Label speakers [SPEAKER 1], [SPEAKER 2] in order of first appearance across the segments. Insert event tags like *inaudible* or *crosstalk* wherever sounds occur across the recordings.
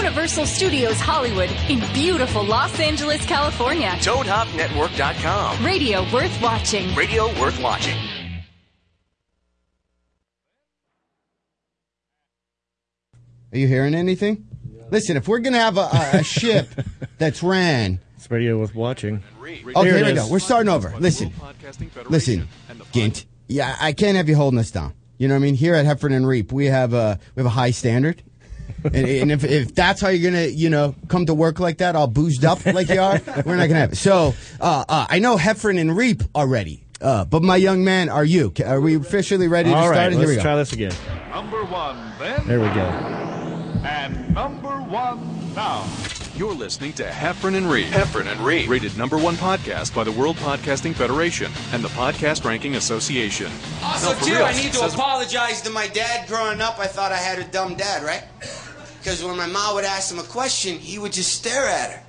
[SPEAKER 1] Universal Studios Hollywood in beautiful Los Angeles, California.
[SPEAKER 2] ToadHopNetwork.com.
[SPEAKER 1] Radio worth watching.
[SPEAKER 2] Radio worth watching.
[SPEAKER 3] Are you hearing anything? Listen, if we're gonna have a, a, a
[SPEAKER 4] *laughs*
[SPEAKER 3] ship that's ran,
[SPEAKER 4] It's radio worth watching.
[SPEAKER 3] okay,
[SPEAKER 4] Oh, Here it
[SPEAKER 3] here we
[SPEAKER 4] is.
[SPEAKER 3] go. We're starting over. Listen, listen, Gint. Yeah, I can't have you holding us down. You know what I mean? Here at Hefford and Reap, we have a we have a high
[SPEAKER 4] *laughs*
[SPEAKER 3] standard. and, and if, if that's how you're gonna, you know, come to work like that, all boozed up like you
[SPEAKER 4] *laughs*
[SPEAKER 3] are, we're not gonna have it. So uh, uh, I know Heffron and Reap are ready, uh, but my young man, are you? Ca- Are we officially ready to
[SPEAKER 4] All
[SPEAKER 3] start?
[SPEAKER 4] right,
[SPEAKER 3] it? Here we
[SPEAKER 4] let's
[SPEAKER 3] go.
[SPEAKER 4] try this again.
[SPEAKER 5] Number one then,
[SPEAKER 4] There we go.
[SPEAKER 5] and number one now.
[SPEAKER 6] You're listening to Heffron and Reed. Heffron and Reed. Rated number one podcast by the World Podcasting Federation and the Podcast Ranking Association.
[SPEAKER 7] Also,
[SPEAKER 6] No, for
[SPEAKER 7] too,
[SPEAKER 6] real.
[SPEAKER 7] I need to
[SPEAKER 6] Says-
[SPEAKER 7] apologize to my dad. Growing up, I thought I had a dumb dad, right? Because when my mom would ask him a question, he would just stare at her,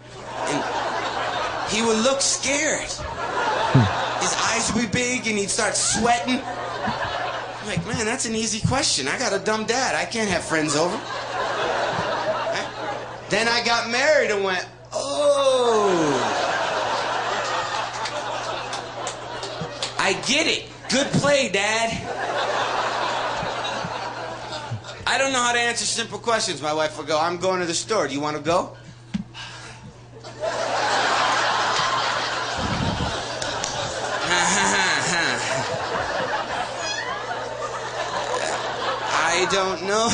[SPEAKER 7] and he would look scared. His eyes would be big, and he'd start sweating. I'm like, man, that's an easy question. I got a dumb dad. I can't have friends over. Then I got married and went, oh. I get it. Good play, Dad. I don't know how to answer simple questions. My wife will go, I'm going to the store. Do you want to go? I don't know.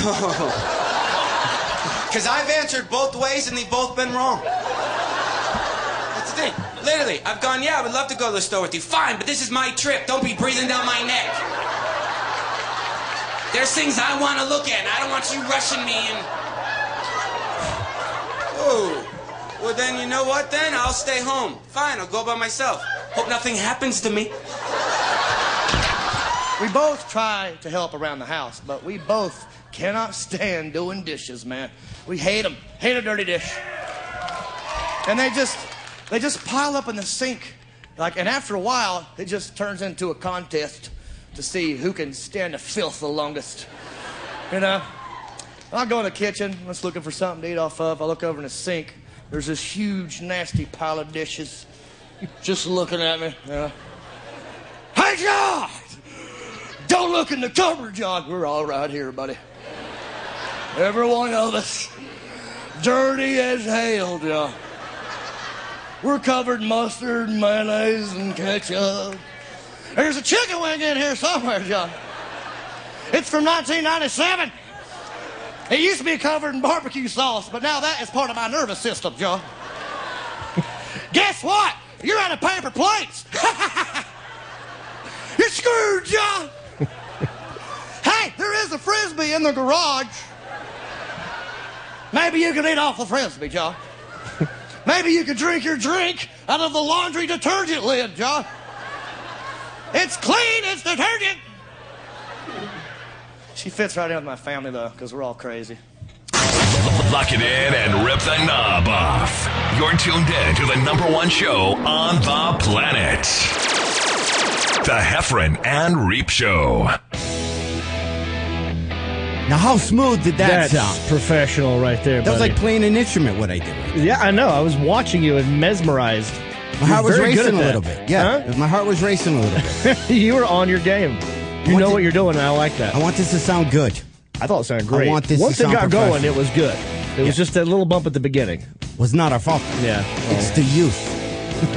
[SPEAKER 7] Because I've answered both ways and they've both been wrong. That's the thing. Literally, I've gone, yeah, I would love to go to the store with you. Fine, but this is my trip. Don't be breathing down my neck. There's things I want to look at, and I don't want you rushing me and. Whoa. Well, then, you know what, then? I'll stay home. Fine, I'll go by myself. Hope nothing happens to me.
[SPEAKER 8] We both try to help around the house, but we both cannot stand doing dishes, man. We hate them. Hate a dirty dish. And they just they just pile up in the sink. Like and after a while, it just turns into a contest to see who can stand the filth the longest. You know? I go in the kitchen, I'm just looking for something to eat off of. I look over in the sink. There's this huge, nasty pile of dishes just looking at me. You know? Hey, God! Don't look in the cupboard, John. We're all right here, buddy. Every one of us. Dirty as hell, John. We're covered in mustard, and mayonnaise, and ketchup. There's a chicken wing in here somewhere, John. It's from 1997. It used to be covered in barbecue sauce, but now that is part of my nervous system, John. Guess what? You're out of paper plates. *laughs* You're screwed, John. Hey, there is a frisbee in the garage. Maybe you could eat off the frisbee, John. Maybe you could drink your drink out of the laundry detergent lid, John. It's clean, it's detergent. She fits right in with my family, though, because we're all crazy.
[SPEAKER 9] Lock it in and rip the knob off. You're tuned in to the number one show on the planet. The Heffron and Reap Show.
[SPEAKER 3] Now, how smooth did that
[SPEAKER 4] That's
[SPEAKER 3] sound?
[SPEAKER 4] professional right there.
[SPEAKER 3] That was
[SPEAKER 4] buddy.
[SPEAKER 3] like playing an instrument. What I did. Right
[SPEAKER 4] yeah, I know. I was watching you and mesmerized.
[SPEAKER 3] My heart was
[SPEAKER 4] Very good
[SPEAKER 3] racing a
[SPEAKER 4] at
[SPEAKER 3] little
[SPEAKER 4] that.
[SPEAKER 3] bit. Yeah, my heart was racing a little
[SPEAKER 4] *laughs*
[SPEAKER 3] bit.
[SPEAKER 4] Huh? you were on your game. You
[SPEAKER 3] want
[SPEAKER 4] know
[SPEAKER 3] to-
[SPEAKER 4] what you're doing. and I like that.
[SPEAKER 3] I want this to sound good.
[SPEAKER 4] I thought it sounded great.
[SPEAKER 3] want this to
[SPEAKER 4] Once
[SPEAKER 3] sound
[SPEAKER 4] it got going,
[SPEAKER 3] professional.
[SPEAKER 4] it was good. It was
[SPEAKER 3] Yeah.
[SPEAKER 4] just that little bump at the beginning.
[SPEAKER 3] Was not our fault.
[SPEAKER 4] Yeah.
[SPEAKER 3] It's the youth.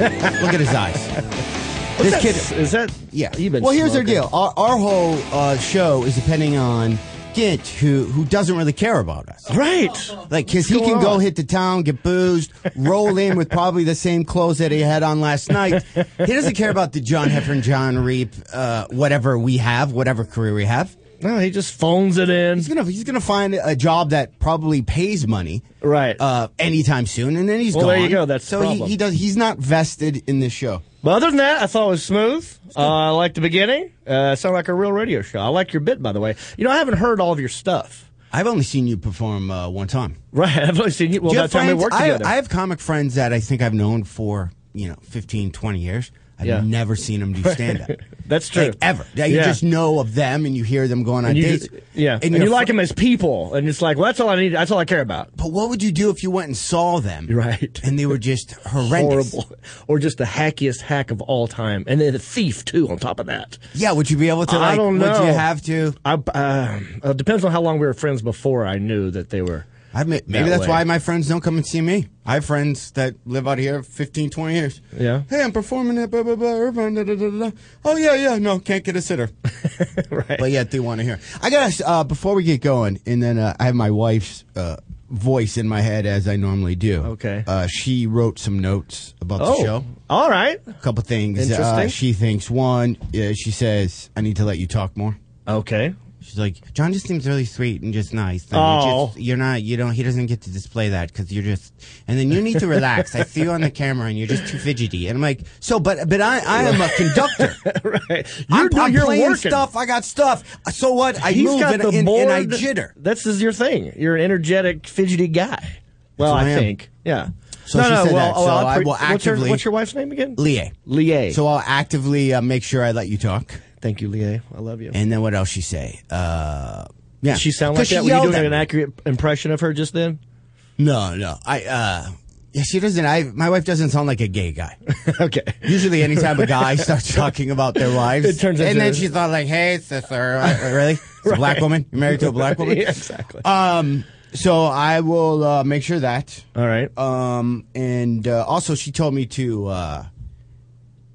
[SPEAKER 4] *laughs*
[SPEAKER 3] Look at his eyes. this kid.
[SPEAKER 4] is that?
[SPEAKER 3] Yeah.
[SPEAKER 4] You've been
[SPEAKER 3] well, here's
[SPEAKER 4] smoking.
[SPEAKER 3] our deal. Our, our whole uh, show is depending on Gint, who who doesn't really care about us.
[SPEAKER 4] Right.
[SPEAKER 3] Like, cause he
[SPEAKER 4] going
[SPEAKER 3] can go
[SPEAKER 4] on?
[SPEAKER 3] hit the town, get boozed, roll in with probably the same clothes that he had on last night. He doesn't care about the John Heffern, John Reap, uh, whatever we have, whatever career we have.
[SPEAKER 4] No, he just phones it in.
[SPEAKER 3] He's gonna he's gonna find a job that probably pays money,
[SPEAKER 4] Right.
[SPEAKER 3] Uh, anytime soon, and then he's
[SPEAKER 4] Well,
[SPEAKER 3] gone.
[SPEAKER 4] there you go. That's the
[SPEAKER 3] so
[SPEAKER 4] problem.
[SPEAKER 3] he, he does. He's not vested in this show.
[SPEAKER 4] But other than that, I thought it was smooth. Uh, I liked the beginning. Uh, it sounded like a real radio show. I like your bit, by the way. You know, I haven't heard all of your stuff. *laughs*
[SPEAKER 3] I've only seen you perform uh, one time.
[SPEAKER 4] Right. I've only seen you. Well,
[SPEAKER 3] Do you have
[SPEAKER 4] that time we
[SPEAKER 3] friends?
[SPEAKER 4] worked
[SPEAKER 3] I,
[SPEAKER 4] together.
[SPEAKER 3] I have comic friends that I think I've known for you know 15, 20 years. I I've
[SPEAKER 4] Yeah.
[SPEAKER 3] never seen them
[SPEAKER 4] *laughs*
[SPEAKER 3] do stand up.
[SPEAKER 4] That's true.
[SPEAKER 3] Like ever. Yeah, you
[SPEAKER 4] Yeah.
[SPEAKER 3] just know of them and you hear them going on
[SPEAKER 4] And you
[SPEAKER 3] dates.
[SPEAKER 4] just, yeah, and,
[SPEAKER 3] you're
[SPEAKER 4] you like
[SPEAKER 3] fr-
[SPEAKER 4] them as people, and it's like, well, that's all I need. That's all I care about.
[SPEAKER 3] But what would you do if you went and saw them?
[SPEAKER 4] Right.
[SPEAKER 3] And they were
[SPEAKER 4] *laughs*
[SPEAKER 3] just horrendous.
[SPEAKER 4] Horrible, *laughs* or just the hackiest hack of all time, and then a thief too. On top of that,
[SPEAKER 3] Yeah, would you be able to like
[SPEAKER 4] I don't know.
[SPEAKER 3] would you have to
[SPEAKER 4] I, uh, it depends on how long we were friends before I knew that they were.
[SPEAKER 3] I may, maybe
[SPEAKER 4] That
[SPEAKER 3] that's
[SPEAKER 4] way.
[SPEAKER 3] why my friends don't come and see me. I have friends that live out here 15, 20 years.
[SPEAKER 4] Yeah.
[SPEAKER 3] Hey, I'm performing at blah, blah, blah, Irvine, da, da, da, da. da. Oh, yeah, yeah, no, can't get a sitter.
[SPEAKER 4] *laughs* right.
[SPEAKER 3] but yet they want to hear. I got to, uh, before we get going, and then uh, I have my wife's uh, voice in my head as I normally do.
[SPEAKER 4] Okay.
[SPEAKER 3] Uh, she wrote some notes about
[SPEAKER 4] oh,
[SPEAKER 3] the show.
[SPEAKER 4] all right.
[SPEAKER 3] A couple things. uh,
[SPEAKER 4] Interesting.
[SPEAKER 3] she thinks one, yeah, she says, I need to let you talk more.
[SPEAKER 4] Okay.
[SPEAKER 3] She's like, John just seems really sweet and just nice. And
[SPEAKER 4] Oh.
[SPEAKER 3] you just, you're not, you don't, he doesn't get to display that because you're just, and then you need to relax. I see you on the camera and you're just too fidgety. And I'm like, so, but, but I, I am a
[SPEAKER 4] *laughs*
[SPEAKER 3] conductor.
[SPEAKER 4] right.
[SPEAKER 3] I'm,
[SPEAKER 4] doing-
[SPEAKER 3] I'm playing
[SPEAKER 4] working.
[SPEAKER 3] stuff. I got stuff. So what? I
[SPEAKER 4] He's
[SPEAKER 3] move
[SPEAKER 4] got
[SPEAKER 3] and,
[SPEAKER 4] the
[SPEAKER 3] and, and I
[SPEAKER 4] bored-
[SPEAKER 3] jitter.
[SPEAKER 4] That's is your thing. You're an energetic, fidgety guy. Well,
[SPEAKER 3] what I
[SPEAKER 4] I,
[SPEAKER 3] am.
[SPEAKER 4] think. Yeah.
[SPEAKER 3] So she said that, so
[SPEAKER 4] I'll
[SPEAKER 3] I will
[SPEAKER 4] what's your-
[SPEAKER 3] actively-
[SPEAKER 4] What's your wife's name again?
[SPEAKER 3] Lie.
[SPEAKER 4] Lie.
[SPEAKER 3] So I'll actively uh, make sure I let you talk.
[SPEAKER 4] thank you, Lie. I love you.
[SPEAKER 3] And then what else she say? Uh, yeah.
[SPEAKER 4] Did she sound
[SPEAKER 3] 'Cause
[SPEAKER 4] like
[SPEAKER 3] she
[SPEAKER 4] that? Were you
[SPEAKER 3] yelled
[SPEAKER 4] doing
[SPEAKER 3] at
[SPEAKER 4] an
[SPEAKER 3] me.
[SPEAKER 4] accurate impression of her
[SPEAKER 3] *laughs*
[SPEAKER 4] just then?
[SPEAKER 3] No, no. I, uh, yeah, she doesn't. I, my wife doesn't sound like a gay guy.
[SPEAKER 4] okay. *laughs*
[SPEAKER 3] Usually, anytime a guy starts talking about their wives,
[SPEAKER 4] It turns
[SPEAKER 3] and
[SPEAKER 4] into-
[SPEAKER 3] then she's all like, "Hey, sister, uh,
[SPEAKER 4] *laughs*
[SPEAKER 3] really? It's a black woman? You're married to a black woman?"
[SPEAKER 4] Yeah, *laughs* exactly.
[SPEAKER 3] Um, so I will uh, make sure that.
[SPEAKER 4] All right.
[SPEAKER 3] Um, and uh, also she told me to uh,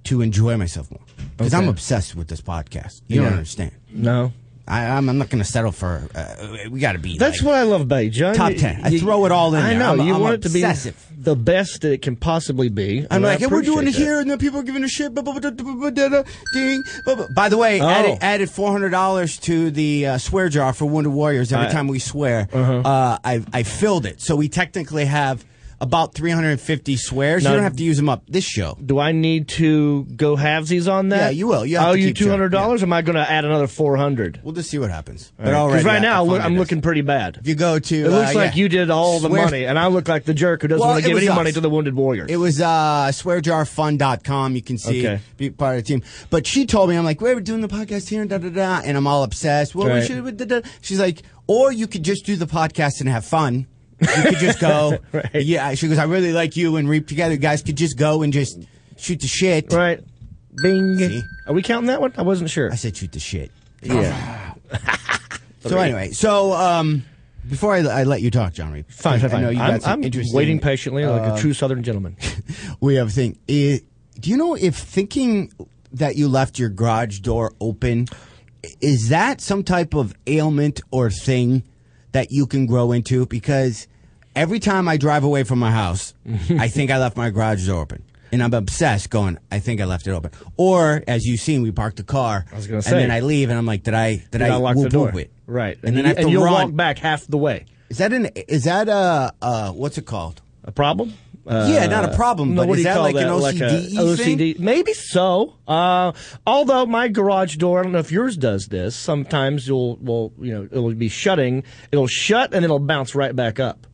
[SPEAKER 3] to enjoy myself more because I'm
[SPEAKER 4] Okay.
[SPEAKER 3] obsessed with this podcast. You don't
[SPEAKER 4] Yeah.
[SPEAKER 3] understand.
[SPEAKER 4] no.
[SPEAKER 3] I, I'm, I'm not going to settle for. Uh, we got to be.
[SPEAKER 4] That's
[SPEAKER 3] like-
[SPEAKER 4] what I love about you, John.
[SPEAKER 3] Top
[SPEAKER 4] You-
[SPEAKER 3] 10. I
[SPEAKER 4] you-
[SPEAKER 3] throw it all in
[SPEAKER 4] I
[SPEAKER 3] there.
[SPEAKER 4] know.
[SPEAKER 3] I'm-
[SPEAKER 4] you
[SPEAKER 3] I'm
[SPEAKER 4] want
[SPEAKER 3] obsessive.
[SPEAKER 4] it to be the best that it can possibly be.
[SPEAKER 3] I'm
[SPEAKER 4] and I
[SPEAKER 3] like, hey, we're doing it
[SPEAKER 4] appreciate
[SPEAKER 3] here, and then people are giving a shit. blah, blah, blah, blah, blah, da, da, Ding. blah, blah. By the way,
[SPEAKER 4] Oh.
[SPEAKER 3] added, added four hundred dollars to the uh, swear jar for Wounded Warriors. Every
[SPEAKER 4] I- Uh-huh.
[SPEAKER 3] time we swear, uh I I filled it, so we technically have about three hundred and fifty swears.
[SPEAKER 4] Now-
[SPEAKER 3] you don't have to use them up this show.
[SPEAKER 4] Do I need to go halvesies on that?
[SPEAKER 3] Yeah, you will. You have
[SPEAKER 4] I owe
[SPEAKER 3] to
[SPEAKER 4] you
[SPEAKER 3] keep
[SPEAKER 4] two
[SPEAKER 3] track.
[SPEAKER 4] hundred dollars. Am I going to add another four hundred?
[SPEAKER 3] We'll just see what happens. But
[SPEAKER 4] Because
[SPEAKER 3] already,
[SPEAKER 4] right now
[SPEAKER 3] I- I
[SPEAKER 4] loo-
[SPEAKER 3] find
[SPEAKER 4] I'm
[SPEAKER 3] it-
[SPEAKER 4] looking pretty bad.
[SPEAKER 3] If you go to,
[SPEAKER 4] It looks
[SPEAKER 3] uh,
[SPEAKER 4] like
[SPEAKER 3] yeah.
[SPEAKER 4] you did all the
[SPEAKER 3] Swear-
[SPEAKER 4] money, and I look like the jerk who doesn't
[SPEAKER 3] Well, it
[SPEAKER 4] want to give
[SPEAKER 3] was
[SPEAKER 4] any
[SPEAKER 3] us.
[SPEAKER 4] money to the wounded warriors.
[SPEAKER 3] It was uh, swearjarfun.com. You can see,
[SPEAKER 4] Okay.
[SPEAKER 3] be part of the team. But she told me, I'm like, "Wait, we're doing the podcast here, da da da, and I'm all obsessed. Well, we
[SPEAKER 4] Right.
[SPEAKER 3] should, da, da. She's like, or you could just do the podcast and have fun. You could just go.
[SPEAKER 4] *laughs* Right.
[SPEAKER 3] Yeah, she goes, I really like you and Reap together. You guys could just go and just shoot the shit.
[SPEAKER 4] right. Bing.
[SPEAKER 3] See?
[SPEAKER 4] Are we counting that one? I wasn't sure.
[SPEAKER 3] I said, shoot the shit.
[SPEAKER 4] Yeah.
[SPEAKER 3] So anyway, so um, before I, I let you talk, John Reap,
[SPEAKER 4] Fine, fine,
[SPEAKER 3] I
[SPEAKER 4] fine.
[SPEAKER 3] know you got
[SPEAKER 4] I'm,
[SPEAKER 3] some
[SPEAKER 4] I'm
[SPEAKER 3] interesting- uh,
[SPEAKER 4] waiting patiently like a true Southern gentleman.
[SPEAKER 3] we have a thing. I- eh, do you know if thinking that you left your garage door open i- is that some type of ailment or thing that you can grow into? Because every time I drive away from my
[SPEAKER 4] *laughs*
[SPEAKER 3] house, I think I left my garage door open. And I'm obsessed going, I think I left it open. Or, as you've seen, we parked the car. I
[SPEAKER 4] was gonna
[SPEAKER 3] And
[SPEAKER 4] say.
[SPEAKER 3] then I leave and I'm like, did I, did
[SPEAKER 4] I
[SPEAKER 3] I
[SPEAKER 4] lock the
[SPEAKER 3] whoop
[SPEAKER 4] door.
[SPEAKER 3] whoop it?
[SPEAKER 4] Right.
[SPEAKER 3] And, then I
[SPEAKER 4] you-
[SPEAKER 3] have to
[SPEAKER 4] you'll
[SPEAKER 3] run.
[SPEAKER 4] walk back half the way.
[SPEAKER 3] Is that an, is that a, uh, what's it called?
[SPEAKER 4] A problem? Uh,
[SPEAKER 3] Yeah, not a problem, but
[SPEAKER 4] what
[SPEAKER 3] is
[SPEAKER 4] do you
[SPEAKER 3] that
[SPEAKER 4] call
[SPEAKER 3] like an
[SPEAKER 4] Like a
[SPEAKER 3] OCD E thing?
[SPEAKER 4] OCD? Maybe so. Uh, although my garage door, I don't know if yours does this. Sometimes you'll, will you know, it'll be shutting. It'll shut and it'll bounce right back up.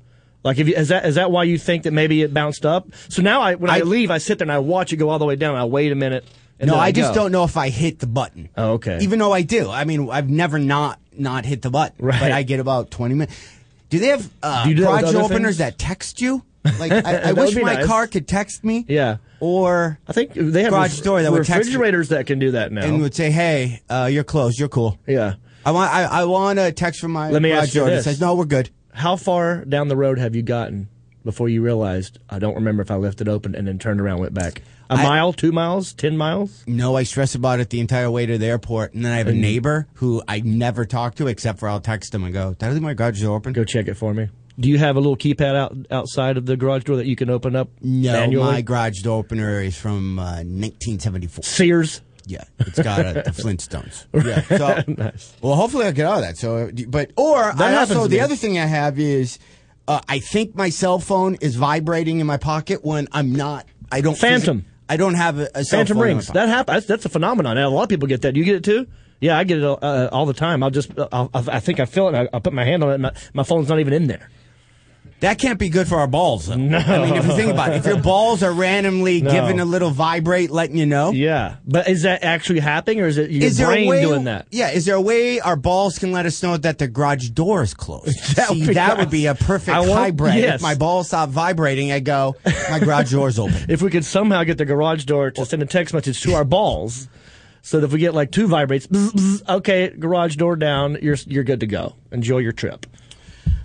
[SPEAKER 4] Like, if you, is that is that why you think that maybe it bounced up? So now I when I,
[SPEAKER 3] I-
[SPEAKER 4] leave, I sit there and I watch it go all the way down. I wait a minute. And
[SPEAKER 3] no,
[SPEAKER 4] then
[SPEAKER 3] I, just
[SPEAKER 4] go.
[SPEAKER 3] don't know if I hit the button.
[SPEAKER 4] Oh, okay.
[SPEAKER 3] Even though I do, I mean, I've never not not hit the button.
[SPEAKER 4] Right.
[SPEAKER 3] But I get about twenty minutes. Do they have uh,
[SPEAKER 4] Do you do that with
[SPEAKER 3] garage
[SPEAKER 4] other
[SPEAKER 3] openers
[SPEAKER 4] things?
[SPEAKER 3] that text
[SPEAKER 4] *laughs*
[SPEAKER 3] you? Like, I, I
[SPEAKER 4] That would
[SPEAKER 3] wish
[SPEAKER 4] be
[SPEAKER 3] my
[SPEAKER 4] nice.
[SPEAKER 3] car could text me.
[SPEAKER 4] Yeah.
[SPEAKER 3] Or
[SPEAKER 4] I think they have
[SPEAKER 3] garage
[SPEAKER 4] ref-
[SPEAKER 3] door that would text you
[SPEAKER 4] refrigerators that can do that now.
[SPEAKER 3] and would say, "Hey, uh, you're closed. You're cool."
[SPEAKER 4] yeah.
[SPEAKER 3] I want I, I want a text from my
[SPEAKER 4] Let me
[SPEAKER 3] garage
[SPEAKER 4] ask you
[SPEAKER 3] door that
[SPEAKER 4] this.
[SPEAKER 3] says, "No, we're good."
[SPEAKER 4] How far down the road have you gotten before you realized I don't remember if I left it open and then turned around and went back? A
[SPEAKER 3] I-
[SPEAKER 4] mile, two miles, ten miles?
[SPEAKER 3] No, I stress about it the entire way to the airport, and then I have a neighbor who I never talk to except for I'll text him and go, "Did I leave my garage door open?"
[SPEAKER 4] Go check it for me. Do you have a little keypad out outside of the garage door that you can open up
[SPEAKER 3] No,
[SPEAKER 4] manually?
[SPEAKER 3] my garage door opener is from uh, 1974.
[SPEAKER 4] Sears.
[SPEAKER 3] Yeah, it's got uh
[SPEAKER 4] *laughs*
[SPEAKER 3] the Flintstones. Yeah, so well, hopefully I'll get out of that. So, uh, but or I
[SPEAKER 4] happens
[SPEAKER 3] also
[SPEAKER 4] to
[SPEAKER 3] the
[SPEAKER 4] me.
[SPEAKER 3] other thing I have is uh, I think my cell phone is vibrating in my pocket when I'm not. I don't
[SPEAKER 4] Phantom.
[SPEAKER 3] physi- I don't have a, a cell
[SPEAKER 4] Phantom
[SPEAKER 3] phone in my
[SPEAKER 4] rings.
[SPEAKER 3] pocket.
[SPEAKER 4] That happens. That's a phenomenon. Now, A lot of people get that. Do you get it too? Yeah, I get it uh, all the time. I'll just, I'll, I'll- I think I feel it. and I, I put my hand on it. And my, my phone's not even in there.
[SPEAKER 3] That can't be good for our balls. Though. No. I mean, if you think about it, if your balls are randomly
[SPEAKER 4] *laughs* No.
[SPEAKER 3] given a little vibrate, letting you know.
[SPEAKER 4] Yeah, but is that actually happening, or is it your
[SPEAKER 3] is there
[SPEAKER 4] brain
[SPEAKER 3] a way,
[SPEAKER 4] doing that?
[SPEAKER 3] Yeah, is there a way our balls can let us know that the garage door is closed?
[SPEAKER 4] *laughs* That would
[SPEAKER 3] See,
[SPEAKER 4] be
[SPEAKER 3] that
[SPEAKER 4] nice.
[SPEAKER 3] would be a perfect
[SPEAKER 4] I want-
[SPEAKER 3] hybrid.
[SPEAKER 4] yes.
[SPEAKER 3] If my balls stop vibrating, I go, my garage door's
[SPEAKER 4] *laughs*
[SPEAKER 3] open.
[SPEAKER 4] If we could somehow get the garage door to send a text message to our balls, so that if we get like two vibrates, bzz, bzz, okay, garage door down, you're you're good to go. Enjoy your trip.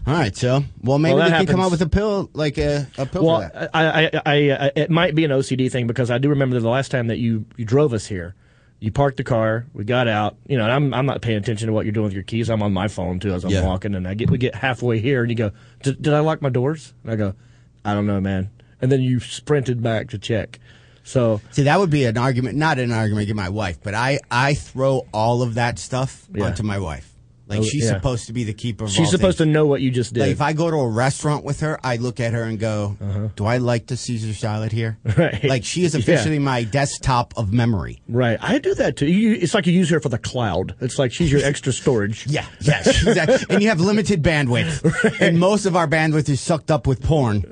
[SPEAKER 3] All right, so well maybe
[SPEAKER 4] Well,
[SPEAKER 3] we
[SPEAKER 4] that
[SPEAKER 3] can come up
[SPEAKER 4] happens.
[SPEAKER 3] with a pill like a, a pill for
[SPEAKER 4] Well,
[SPEAKER 3] that.
[SPEAKER 4] I, I, I, I, it might be an OCD thing because I do remember that the last time that you, you drove us here, you parked the car, we got out, you know, and I'm, I'm not paying attention to what you're doing with your keys. I'm on my phone too as I'm
[SPEAKER 3] Yeah.
[SPEAKER 4] walking, and I get we get halfway here, and you go, "Did did I lock my doors?" And I go, "I don't know, man." And then you sprinted back to check. So
[SPEAKER 3] See, that would be an argument, not an argument against my wife, but I, I throw all of that stuff
[SPEAKER 4] Yeah.
[SPEAKER 3] onto my wife. Like
[SPEAKER 4] Oh,
[SPEAKER 3] she's
[SPEAKER 4] yeah.
[SPEAKER 3] supposed to be the keeper of all
[SPEAKER 4] she's supposed to
[SPEAKER 3] things.
[SPEAKER 4] know what you just did.
[SPEAKER 3] Like if I go to a restaurant with her, I look at her and go, "Do I like the Caesar salad here?"
[SPEAKER 4] Uh-huh. *laughs* Right.
[SPEAKER 3] Like she is
[SPEAKER 4] Yeah.
[SPEAKER 3] officially my desktop of memory.
[SPEAKER 4] right, I do that too. You, it's like you use her for the cloud. It's like she's your extra
[SPEAKER 3] *laughs*
[SPEAKER 4] storage.
[SPEAKER 3] Yeah, yes, exactly. and you have limited bandwidth,
[SPEAKER 4] *laughs*
[SPEAKER 3] and most of our bandwidth is sucked up with porn.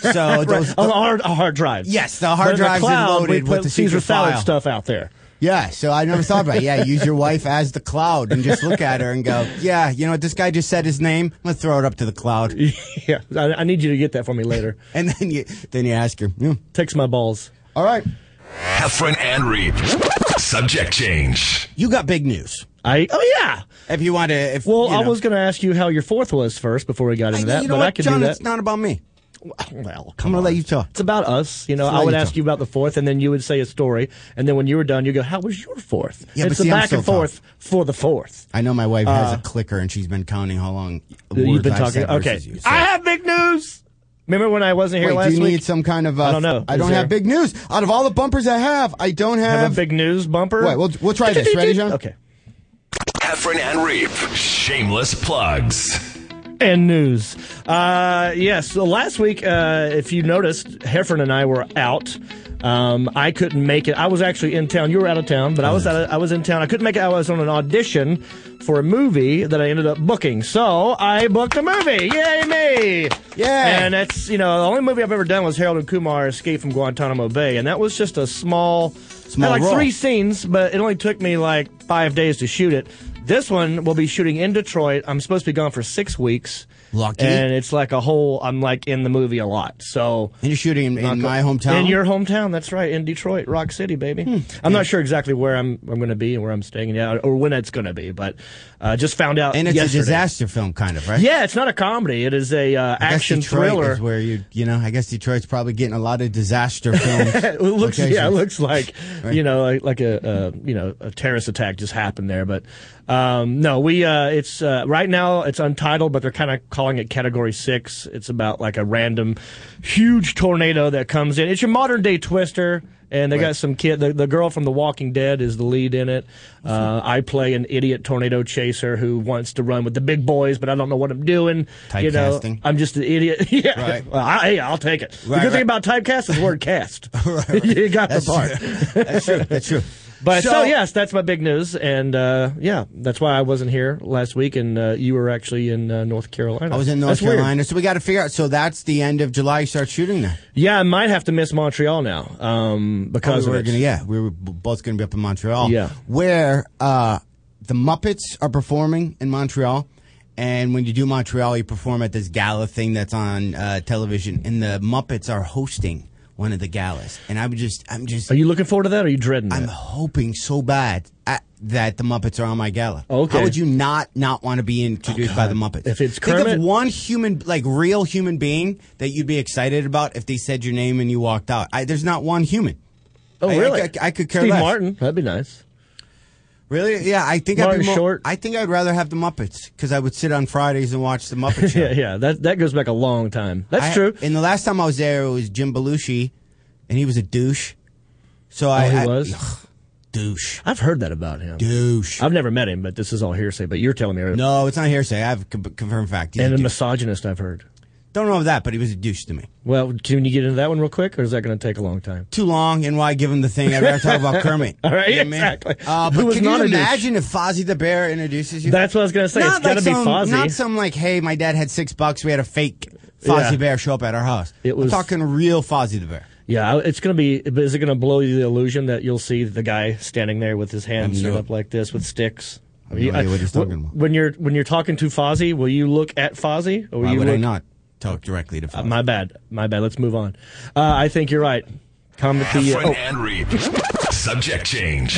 [SPEAKER 3] So those,
[SPEAKER 4] A hard, a hard drive.
[SPEAKER 3] Yes, the hard
[SPEAKER 4] But in
[SPEAKER 3] drive's been
[SPEAKER 4] cloud, we
[SPEAKER 3] loaded with
[SPEAKER 4] put
[SPEAKER 3] the
[SPEAKER 4] Caesar
[SPEAKER 3] secret
[SPEAKER 4] salad
[SPEAKER 3] file.
[SPEAKER 4] stuff out there.
[SPEAKER 3] yeah. So I never thought about it. Yeah, use your wife as the cloud and just look at her and go, "Yeah, you know what? This guy just said his name. I'm gonna throw it up to the cloud."
[SPEAKER 4] yeah, I, I need you to get that for me
[SPEAKER 3] *laughs*
[SPEAKER 4] later.
[SPEAKER 3] And then you then you ask her. "Hmm,
[SPEAKER 4] Text my balls.
[SPEAKER 3] All right,
[SPEAKER 9] Heffron and Reap. Subject change.
[SPEAKER 3] you got big news.
[SPEAKER 4] I oh yeah.
[SPEAKER 3] If you want to, if
[SPEAKER 4] Well,
[SPEAKER 3] you
[SPEAKER 4] I
[SPEAKER 3] know-
[SPEAKER 4] was going to ask you how your fourth was first before we got into that,
[SPEAKER 3] you know
[SPEAKER 4] but
[SPEAKER 3] what,
[SPEAKER 4] I can
[SPEAKER 3] John,
[SPEAKER 4] do
[SPEAKER 3] It's
[SPEAKER 4] that.
[SPEAKER 3] not about me.
[SPEAKER 4] well,
[SPEAKER 3] I'm
[SPEAKER 4] come
[SPEAKER 3] gonna
[SPEAKER 4] on.
[SPEAKER 3] let you talk.
[SPEAKER 4] It's about us, you know.
[SPEAKER 3] It's about
[SPEAKER 4] I would
[SPEAKER 3] you
[SPEAKER 4] ask
[SPEAKER 3] talk.
[SPEAKER 4] you about the fourth, and then you would say a story, and then when you were done, you go, "How was your fourth?
[SPEAKER 3] Yeah, but
[SPEAKER 4] it's
[SPEAKER 3] see,
[SPEAKER 4] a
[SPEAKER 3] I'm
[SPEAKER 4] back
[SPEAKER 3] still
[SPEAKER 4] and forth for the fourth.
[SPEAKER 3] I know my wife has a clicker and she's been counting how long
[SPEAKER 4] Uh, You've
[SPEAKER 3] words
[SPEAKER 4] been
[SPEAKER 3] I've
[SPEAKER 4] talking.
[SPEAKER 3] said
[SPEAKER 4] Okay,
[SPEAKER 3] versus you, so-
[SPEAKER 4] I have big news. Remember when I wasn't here
[SPEAKER 3] Wait,
[SPEAKER 4] last
[SPEAKER 3] do you
[SPEAKER 4] week?
[SPEAKER 3] need some kind of? Uh,
[SPEAKER 4] I don't know.
[SPEAKER 3] I
[SPEAKER 4] Is
[SPEAKER 3] don't
[SPEAKER 4] there-
[SPEAKER 3] have big news. Out of all the bumpers I have, I don't have.
[SPEAKER 4] have a big news bumper.
[SPEAKER 3] Wait, we'll- we'll try this. Ready, John?
[SPEAKER 4] Okay.
[SPEAKER 9] Heffron and Reap. Shameless plugs.
[SPEAKER 4] and news. Uh, yes, so last week, uh, if you noticed, Heffern and I were out. Um, I couldn't make it. I was actually in town. You were out of town, but I was out of, I was in town. I couldn't make it. I was on an audition for a movie that I ended up booking. So I booked a movie. Yay me!
[SPEAKER 3] Yeah.
[SPEAKER 4] And that's you know the only movie I've ever done was Harold and Kumar Escape from Guantanamo Bay, and that was just a small,
[SPEAKER 3] Small
[SPEAKER 4] had like
[SPEAKER 3] role.
[SPEAKER 4] three scenes, but it only took me like five days to shoot it. This one will be shooting in Detroit. I'm supposed to be gone for six weeks.
[SPEAKER 3] Lucky.
[SPEAKER 4] And it's like a whole, I'm like in the movie a lot. So.
[SPEAKER 3] And you're shooting in, in my hometown. Hmm.
[SPEAKER 4] In your hometown, that's right, in Detroit, Rock City, baby. I'm not sure exactly where I'm I'm going to be and where I'm staying at or when it's going to be, but uh, just found out.
[SPEAKER 3] and it's
[SPEAKER 4] yesterday.
[SPEAKER 3] a disaster film, kind of, right?
[SPEAKER 4] Yeah, it's not a comedy. It is a uh,
[SPEAKER 3] I guess
[SPEAKER 4] action
[SPEAKER 3] Detroit
[SPEAKER 4] thriller.
[SPEAKER 3] is where you you know. I guess Detroit's probably getting a lot of disaster films.
[SPEAKER 4] *laughs* It looks, yeah, it
[SPEAKER 3] locations.
[SPEAKER 4] looks like
[SPEAKER 3] *laughs* Right.
[SPEAKER 4] you know, like, like a, a you know a terrorist attack just happened there. But um, no, we uh, it's uh, right now it's untitled, but they're kind of calling it Category Six. It's about like a random huge tornado that comes in. It's your modern day Twister, and they got some kid. The, the girl from The Walking Dead is the lead
[SPEAKER 3] *laughs*
[SPEAKER 4] in it. Uh, I play an idiot tornado chaser who wants to run with the big boys, but I don't know what I'm doing. You know,
[SPEAKER 3] Typecasting.
[SPEAKER 4] I'm just an idiot. *laughs* yeah,
[SPEAKER 3] Right.
[SPEAKER 4] well, I, hey, I'll take it.
[SPEAKER 3] Right,
[SPEAKER 4] the good
[SPEAKER 3] right.
[SPEAKER 4] thing about typecast is the
[SPEAKER 3] *laughs*
[SPEAKER 4] word cast. *laughs* you got
[SPEAKER 3] That's
[SPEAKER 4] the part.
[SPEAKER 3] true. That's true. That's true.
[SPEAKER 4] *laughs* But so, yes, that's my big news, and uh, yeah, that's why I wasn't here last week, and uh, you were actually in uh, North Carolina.
[SPEAKER 3] I was in North
[SPEAKER 4] That's weird.
[SPEAKER 3] Carolina, so we got to figure out. So that's the end of July. You start shooting that.
[SPEAKER 4] Yeah, I might have to miss Montreal now um, because
[SPEAKER 3] we
[SPEAKER 4] of
[SPEAKER 3] Oh, were
[SPEAKER 4] it.
[SPEAKER 3] gonna, yeah, we were b- both going to be up in Montreal.
[SPEAKER 4] Yeah.
[SPEAKER 3] where uh, the Muppets are performing in Montreal, and when you do Montreal, you perform at this gala thing that's on uh, television, and the Muppets are hosting one of the galas, and I'm just, I'm just,
[SPEAKER 4] Are you looking forward to that? or Are you dreading
[SPEAKER 3] I'm
[SPEAKER 4] that?
[SPEAKER 3] hoping so bad at, that the Muppets are on my gala.
[SPEAKER 4] Okay.
[SPEAKER 3] how would you not not want to be introduced by the Muppets?
[SPEAKER 4] If it's
[SPEAKER 3] think
[SPEAKER 4] Kermit-
[SPEAKER 3] of one human, like real human being that you'd be excited about if they said your name and you walked out. I, there's not one human.
[SPEAKER 4] oh,
[SPEAKER 3] I- I
[SPEAKER 4] really?
[SPEAKER 3] c- I could care
[SPEAKER 4] Steve
[SPEAKER 3] less.
[SPEAKER 4] Martin, that'd be nice.
[SPEAKER 3] Really? Yeah, I think I'd
[SPEAKER 4] Martin
[SPEAKER 3] be more,
[SPEAKER 4] Short.
[SPEAKER 3] I think I'd rather have the Muppets because I would sit on Fridays and watch the Muppet Show.
[SPEAKER 4] *laughs* Yeah, yeah. That that goes back a long time. That's
[SPEAKER 3] I-
[SPEAKER 4] true.
[SPEAKER 3] And the last time I was there, it was Jim Belushi, and he was a douche. So I,
[SPEAKER 4] Oh, he
[SPEAKER 3] I-
[SPEAKER 4] was?
[SPEAKER 3] Ugh, douche,
[SPEAKER 4] I've heard that about him.
[SPEAKER 3] douche.
[SPEAKER 4] I've never met him, but this is all hearsay. But you're telling me,
[SPEAKER 3] no, it's not hearsay. I have con- confirmed fact. He's a
[SPEAKER 4] and a
[SPEAKER 3] douche.
[SPEAKER 4] misogynist. I've heard.
[SPEAKER 3] Don't know that, but he was a douche to me.
[SPEAKER 4] Well, can you get into that one real quick, or is that going to take a long time?
[SPEAKER 3] Too long, and why give him the thing? I'd rather talk about Kermit.
[SPEAKER 4] *laughs* All right,
[SPEAKER 3] You know what I mean?
[SPEAKER 4] exactly.
[SPEAKER 3] Uh, but
[SPEAKER 4] Who was
[SPEAKER 3] can
[SPEAKER 4] not
[SPEAKER 3] you
[SPEAKER 4] a douche?
[SPEAKER 3] imagine if Fozzie the Bear introduces you?
[SPEAKER 4] That's what I was going to say. it's got to
[SPEAKER 3] some,
[SPEAKER 4] be Fozzie.
[SPEAKER 3] Not some like, hey, my dad had six bucks. We had a fake Fozzie
[SPEAKER 4] Yeah.
[SPEAKER 3] Bear show up at our house.
[SPEAKER 4] It was-
[SPEAKER 3] I'm talking real Fozzie the Bear.
[SPEAKER 4] Yeah, it's gonna be. But is it gonna blow you the illusion that you'll see the guy standing there with his hands
[SPEAKER 3] no-
[SPEAKER 4] stood up like this with sticks?
[SPEAKER 3] I have no idea what he's talking about.
[SPEAKER 4] When you're when you're talking to Fozzie, will you look at Fozzie? Or will
[SPEAKER 3] Why
[SPEAKER 4] you
[SPEAKER 3] would I
[SPEAKER 4] look-
[SPEAKER 3] not talk directly to
[SPEAKER 4] Uh,
[SPEAKER 3] Fozzie?
[SPEAKER 4] my bad. My bad. Let's move on. Uh, I think you're right. Comment the.
[SPEAKER 9] Heffron
[SPEAKER 4] oh,
[SPEAKER 9] and Reap. Subject change.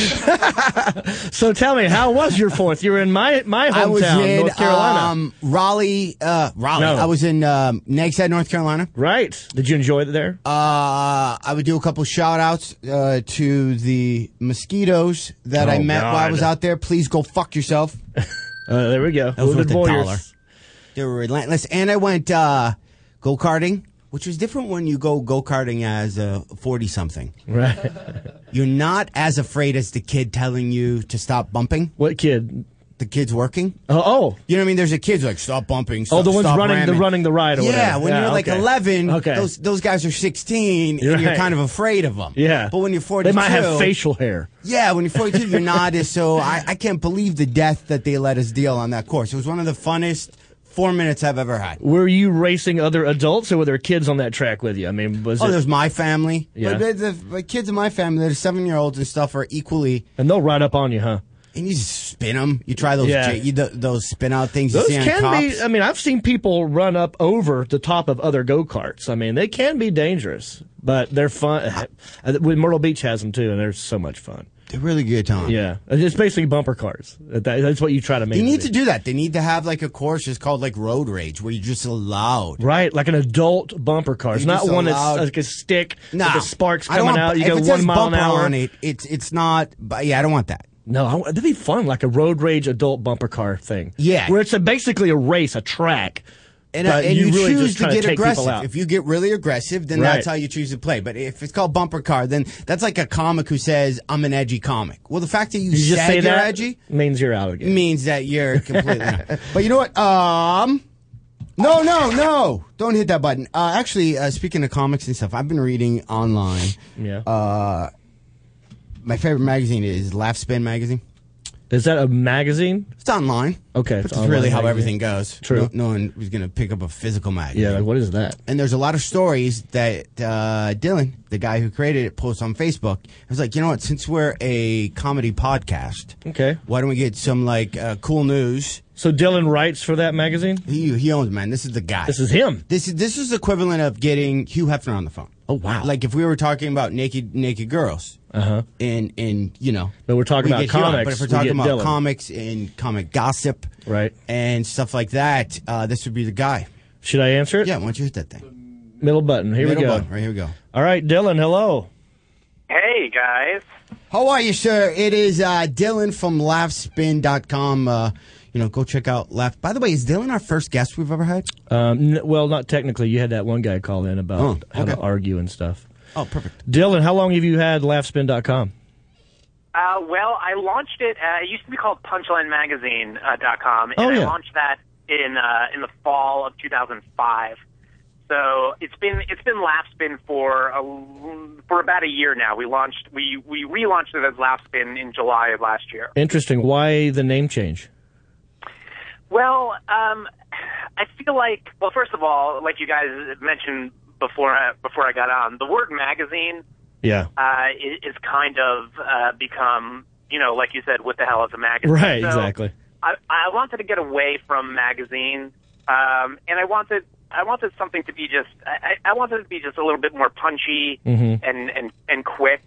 [SPEAKER 4] so tell me, how was your fourth? You were in my my
[SPEAKER 3] *laughs*
[SPEAKER 4] hometown,
[SPEAKER 3] I was in
[SPEAKER 4] North Carolina,
[SPEAKER 3] Um, Raleigh. Uh, Raleigh.
[SPEAKER 4] No.
[SPEAKER 3] I was in um, Nagshead, North Carolina.
[SPEAKER 4] right? Did you enjoy it there?
[SPEAKER 3] Uh, I would do a couple shout outs uh, to the mosquitoes that I
[SPEAKER 4] Oh,
[SPEAKER 3] met while I
[SPEAKER 4] God.
[SPEAKER 3] was out there. Please go fuck yourself.
[SPEAKER 4] Uh, there we go.
[SPEAKER 3] was
[SPEAKER 4] Little bit
[SPEAKER 3] worth a
[SPEAKER 4] voyeurs.
[SPEAKER 3] dollar. They were relentless. And I went uh, go karting, which is different when you go go karting as a 40 something.
[SPEAKER 4] Right.
[SPEAKER 3] You're not as afraid as the kid telling you to stop bumping,
[SPEAKER 4] What kid?
[SPEAKER 3] the kid's working.
[SPEAKER 4] Oh, oh,
[SPEAKER 3] You know what I mean? There's a kid's like, stop bumping. Stop,
[SPEAKER 4] Oh, the ones
[SPEAKER 3] stop
[SPEAKER 4] running- the
[SPEAKER 3] ramming."
[SPEAKER 4] running the ride or
[SPEAKER 3] yeah,
[SPEAKER 4] whatever.
[SPEAKER 3] when
[SPEAKER 4] Yeah,
[SPEAKER 3] you're like
[SPEAKER 4] okay.
[SPEAKER 3] 11,
[SPEAKER 4] Okay.
[SPEAKER 3] those those guys are 16,
[SPEAKER 4] You're
[SPEAKER 3] and you're
[SPEAKER 4] right.
[SPEAKER 3] kind of afraid of them.
[SPEAKER 4] yeah.
[SPEAKER 3] but when you're 42,
[SPEAKER 4] they might have facial hair.
[SPEAKER 3] Yeah, when you're 42, you're not as
[SPEAKER 4] *laughs*
[SPEAKER 3] so. I, I can't believe the death that they let us deal on that course. It was one of the funnest four minutes I've ever had.
[SPEAKER 4] Were you racing other adults, or were there kids on that track with you? I mean, was
[SPEAKER 3] Oh,
[SPEAKER 4] it?
[SPEAKER 3] there's my family.
[SPEAKER 4] Yeah.
[SPEAKER 3] But, but the, the kids in my family, the seven year olds and stuff, are equally.
[SPEAKER 4] And they'll ride up on you, huh?
[SPEAKER 3] And you just spin them. You try those
[SPEAKER 4] Yeah.
[SPEAKER 3] j- you, th- those spin out things
[SPEAKER 4] Those
[SPEAKER 3] you see on
[SPEAKER 4] can
[SPEAKER 3] cops.
[SPEAKER 4] be. um, I mean, I've seen people run up over the top of other go karts. I mean, they can be dangerous, but they're fun. *laughs* Uh, Myrtle Beach has them too, and they're so much fun.
[SPEAKER 3] They're really good time.
[SPEAKER 4] Yeah, Uh, it's basically bumper cars. Uh, That- that's what you try to make.
[SPEAKER 3] They
[SPEAKER 4] it
[SPEAKER 3] need
[SPEAKER 4] be.
[SPEAKER 3] to do that. They need to have like a course just called like road rage where you're just allowed.
[SPEAKER 4] Right, like an adult bumper car. It's
[SPEAKER 3] You're
[SPEAKER 4] not
[SPEAKER 3] just
[SPEAKER 4] one that's
[SPEAKER 3] allowed-
[SPEAKER 4] like a stick
[SPEAKER 3] No,
[SPEAKER 4] with the sparks
[SPEAKER 3] I don't
[SPEAKER 4] coming
[SPEAKER 3] want-
[SPEAKER 4] out. You
[SPEAKER 3] if
[SPEAKER 4] go
[SPEAKER 3] it
[SPEAKER 4] one
[SPEAKER 3] says
[SPEAKER 4] mile an
[SPEAKER 3] bumper
[SPEAKER 4] hour.
[SPEAKER 3] on it. It's it's not. But yeah, I don't want that.
[SPEAKER 4] No, I, that'd be fun, like a road rage adult bumper car thing.
[SPEAKER 3] Yeah.
[SPEAKER 4] where it's a, basically a race, a track.
[SPEAKER 3] And,
[SPEAKER 4] but
[SPEAKER 3] and you,
[SPEAKER 4] uh, really
[SPEAKER 3] choose
[SPEAKER 4] just try
[SPEAKER 3] to get
[SPEAKER 4] take people
[SPEAKER 3] aggressive.
[SPEAKER 4] out.
[SPEAKER 3] If you get really aggressive, then that's
[SPEAKER 4] Right.
[SPEAKER 3] how you choose to play. But if it's called bumper car, then that's like a comic who says, "I'm an edgy comic." Well, the fact that you,
[SPEAKER 4] You just
[SPEAKER 3] said
[SPEAKER 4] say
[SPEAKER 3] you're
[SPEAKER 4] that
[SPEAKER 3] edgy
[SPEAKER 4] means you're out of the game.
[SPEAKER 3] means that *laughs* you're completely. not. But you know what? Um, no, no, no! Don't hit that button. Uh, actually, uh, speaking of comics and stuff, I've been reading online.
[SPEAKER 4] Yeah,
[SPEAKER 3] Uh, my favorite magazine is Laugh Spin magazine.
[SPEAKER 4] is that a magazine?
[SPEAKER 3] It's online.
[SPEAKER 4] Okay,
[SPEAKER 3] But
[SPEAKER 4] it's
[SPEAKER 3] it's really
[SPEAKER 4] online
[SPEAKER 3] how
[SPEAKER 4] magazine.
[SPEAKER 3] everything goes.
[SPEAKER 4] True.
[SPEAKER 3] No, no one was going to pick up a physical magazine.
[SPEAKER 4] Yeah, like, what is that?
[SPEAKER 3] and there's a lot of stories that uh, Dylan, the guy who created it, posts on Facebook. I was like, you know what? Since we're a comedy podcast,
[SPEAKER 4] Okay.
[SPEAKER 3] why don't we get some like uh, cool news?
[SPEAKER 4] So Dylan writes for that magazine.
[SPEAKER 3] He he owns man. This is the guy.
[SPEAKER 4] This is him.
[SPEAKER 3] This is this is the equivalent of getting Hugh Hefner on the phone.
[SPEAKER 4] Oh, wow. Uh-huh.
[SPEAKER 3] Like if we were talking about naked naked girls. Uh huh. And and you know.
[SPEAKER 4] But we're talking
[SPEAKER 3] we
[SPEAKER 4] about
[SPEAKER 3] get Hugh on,
[SPEAKER 4] comics,
[SPEAKER 3] But if we're
[SPEAKER 4] we
[SPEAKER 3] talking
[SPEAKER 4] get
[SPEAKER 3] about
[SPEAKER 4] Dylan.
[SPEAKER 3] comics and comic gossip,
[SPEAKER 4] Right.
[SPEAKER 3] and stuff like that, uh, this would be the guy.
[SPEAKER 4] Should I answer it?
[SPEAKER 3] Yeah. Why don't you hit that thing?
[SPEAKER 4] Middle button. Here
[SPEAKER 3] Middle
[SPEAKER 4] we go.
[SPEAKER 3] button. Right here we go.
[SPEAKER 4] All right, Dylan. Hello.
[SPEAKER 10] Hey guys,
[SPEAKER 3] How are you, sir? It is uh, Dylan from laughspin.com. Uh, you know, go check out Laugh. By the way, is Dylan our first guest we've ever had?
[SPEAKER 4] Um, n- well, not technically. You had that one guy call in about
[SPEAKER 3] Oh,
[SPEAKER 4] how to
[SPEAKER 3] okay.
[SPEAKER 4] argue and stuff.
[SPEAKER 3] Oh, perfect.
[SPEAKER 4] Dylan, how long have you had laughspin.com?
[SPEAKER 10] uh, well, I launched it. Uh, it used to be called PunchlineMagazine.com, uh, and
[SPEAKER 4] Oh, yeah.
[SPEAKER 10] I launched that in uh, in the fall of 2005. So it's been it's been Laughspin for a, for about a year now. We launched we we relaunched it as Laughspin in July of last year.
[SPEAKER 4] Interesting. Why the name change?
[SPEAKER 10] Well, um, I feel like well, first of all, like you guys mentioned before I, before I got on, the word magazine
[SPEAKER 4] Yeah.
[SPEAKER 10] uh, is, is kind of uh, become, you know, like you said, what the hell is a magazine?
[SPEAKER 4] Right,
[SPEAKER 10] So
[SPEAKER 4] exactly.
[SPEAKER 10] I, I wanted to get away from magazine, um, and I wanted I wanted something to be just I, I I wanted it to be just a little bit more punchy
[SPEAKER 4] Mm-hmm.
[SPEAKER 10] and, and and quick.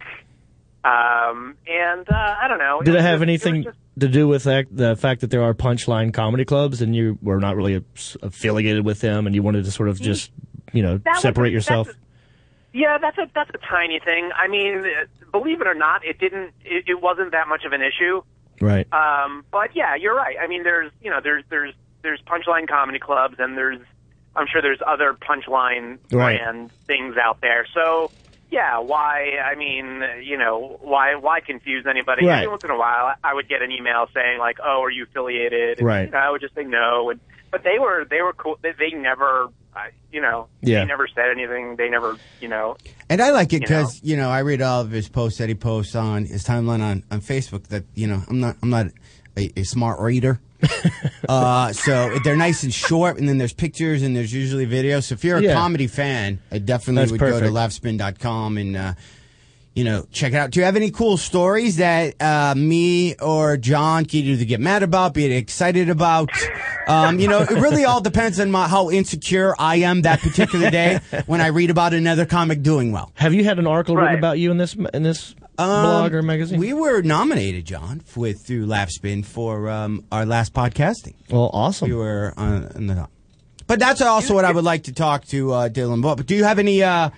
[SPEAKER 10] Um, and uh, I don't know.
[SPEAKER 4] Did
[SPEAKER 10] was
[SPEAKER 4] it
[SPEAKER 10] just-
[SPEAKER 4] have
[SPEAKER 10] was
[SPEAKER 4] anything
[SPEAKER 10] just-
[SPEAKER 4] to do with that, the fact that there are punchline comedy clubs and you were not really s- affiliated with them and you wanted to sort of just, you know,
[SPEAKER 10] That was a-
[SPEAKER 4] separate
[SPEAKER 10] that's
[SPEAKER 4] yourself?
[SPEAKER 10] a- Yeah, that's a that's a tiny thing. I mean, uh, believe it or not, it didn't. It, it wasn't that much of an issue.
[SPEAKER 4] right.
[SPEAKER 10] Um, but yeah, you're right. I mean, there's you know there's there's there's punchline comedy clubs, and there's I'm sure there's other punchline
[SPEAKER 4] Right.
[SPEAKER 10] brand things out there. So yeah, why? I mean, you know, why why confuse anybody?
[SPEAKER 4] Right.
[SPEAKER 10] Every once in a while, I would get an email saying like, "Oh, are you affiliated?" And,
[SPEAKER 4] Right.
[SPEAKER 10] you know, I would just say no, and but they were they were cool. They, they never. I- uh, You know,
[SPEAKER 4] Yeah.
[SPEAKER 10] they never said anything. They never, you know,
[SPEAKER 3] And I like it
[SPEAKER 10] You know.
[SPEAKER 3] because you, know I read all of his posts
[SPEAKER 10] *laughs*
[SPEAKER 3] that he posts on his timeline on, on Facebook. That you know I'm not I'm not a, a smart reader. uh, so they're nice and short, and then there's pictures and there's usually videos. So if you're a
[SPEAKER 4] Yeah.
[SPEAKER 3] comedy fan, I definitely
[SPEAKER 4] That's
[SPEAKER 3] would go
[SPEAKER 4] perfect.
[SPEAKER 3] to laughspin.com and uh, you know check it out. Do you have any cool stories that uh, me or John could either get mad about, be excited about? Um, you know, it really all depends on my, how insecure I am that particular
[SPEAKER 4] *laughs*
[SPEAKER 3] day when I read about another comic doing well.
[SPEAKER 4] Have you had an article
[SPEAKER 3] Right.
[SPEAKER 4] written about you in this in this blog or magazine?
[SPEAKER 3] Um, We were nominated, John, with through Lapspin for um, our last podcasting.
[SPEAKER 4] Well, awesome.
[SPEAKER 3] We were on, on the top. But that's also what I would like to talk to uh, Dylan about. But do you have any? uh,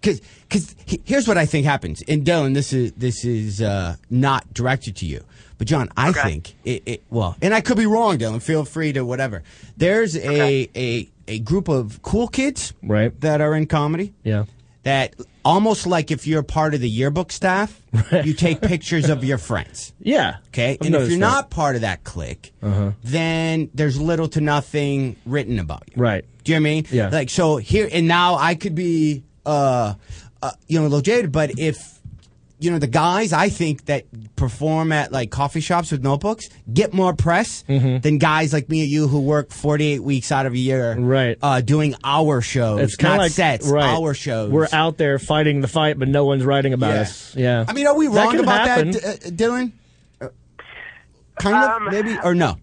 [SPEAKER 3] Because because here's what I think happens. And Dylan, this is this is uh, not directed to you, but John, I
[SPEAKER 11] Okay.
[SPEAKER 3] think it, it. Well, and I could be wrong, Dylan. Feel free to whatever. There's a a a group of cool kids,
[SPEAKER 4] right,
[SPEAKER 3] that are in comedy
[SPEAKER 4] Yeah.
[SPEAKER 3] that almost like if you're part of the yearbook staff, you take pictures of your friends.
[SPEAKER 4] Yeah.
[SPEAKER 3] Okay.
[SPEAKER 4] I've
[SPEAKER 3] and if
[SPEAKER 4] noticed
[SPEAKER 3] you're
[SPEAKER 4] that. Uh-huh.
[SPEAKER 3] not part of that clique, then there's little to nothing written about you.
[SPEAKER 4] Right.
[SPEAKER 3] Do you know what I mean?
[SPEAKER 4] Yeah.
[SPEAKER 3] Like, so here and now I could be, uh, uh you know, a little jaded, but if, you know, the guys I think that perform at like coffee shops with notebooks get more press
[SPEAKER 4] Mm-hmm.
[SPEAKER 3] than guys like me or you who work 48 weeks out of a year. Right. Uh, doing our shows,
[SPEAKER 4] It's kind
[SPEAKER 3] not
[SPEAKER 4] of like
[SPEAKER 3] sets,
[SPEAKER 4] right.
[SPEAKER 3] our shows.
[SPEAKER 4] We're out there fighting the fight, but no one's writing about
[SPEAKER 3] Yeah.
[SPEAKER 4] us. Yeah.
[SPEAKER 3] I mean, are we
[SPEAKER 4] That
[SPEAKER 3] wrong
[SPEAKER 4] could
[SPEAKER 3] about
[SPEAKER 4] happen.
[SPEAKER 3] that, D- uh, Dylan? Uh, Kind of, maybe, or no? Um,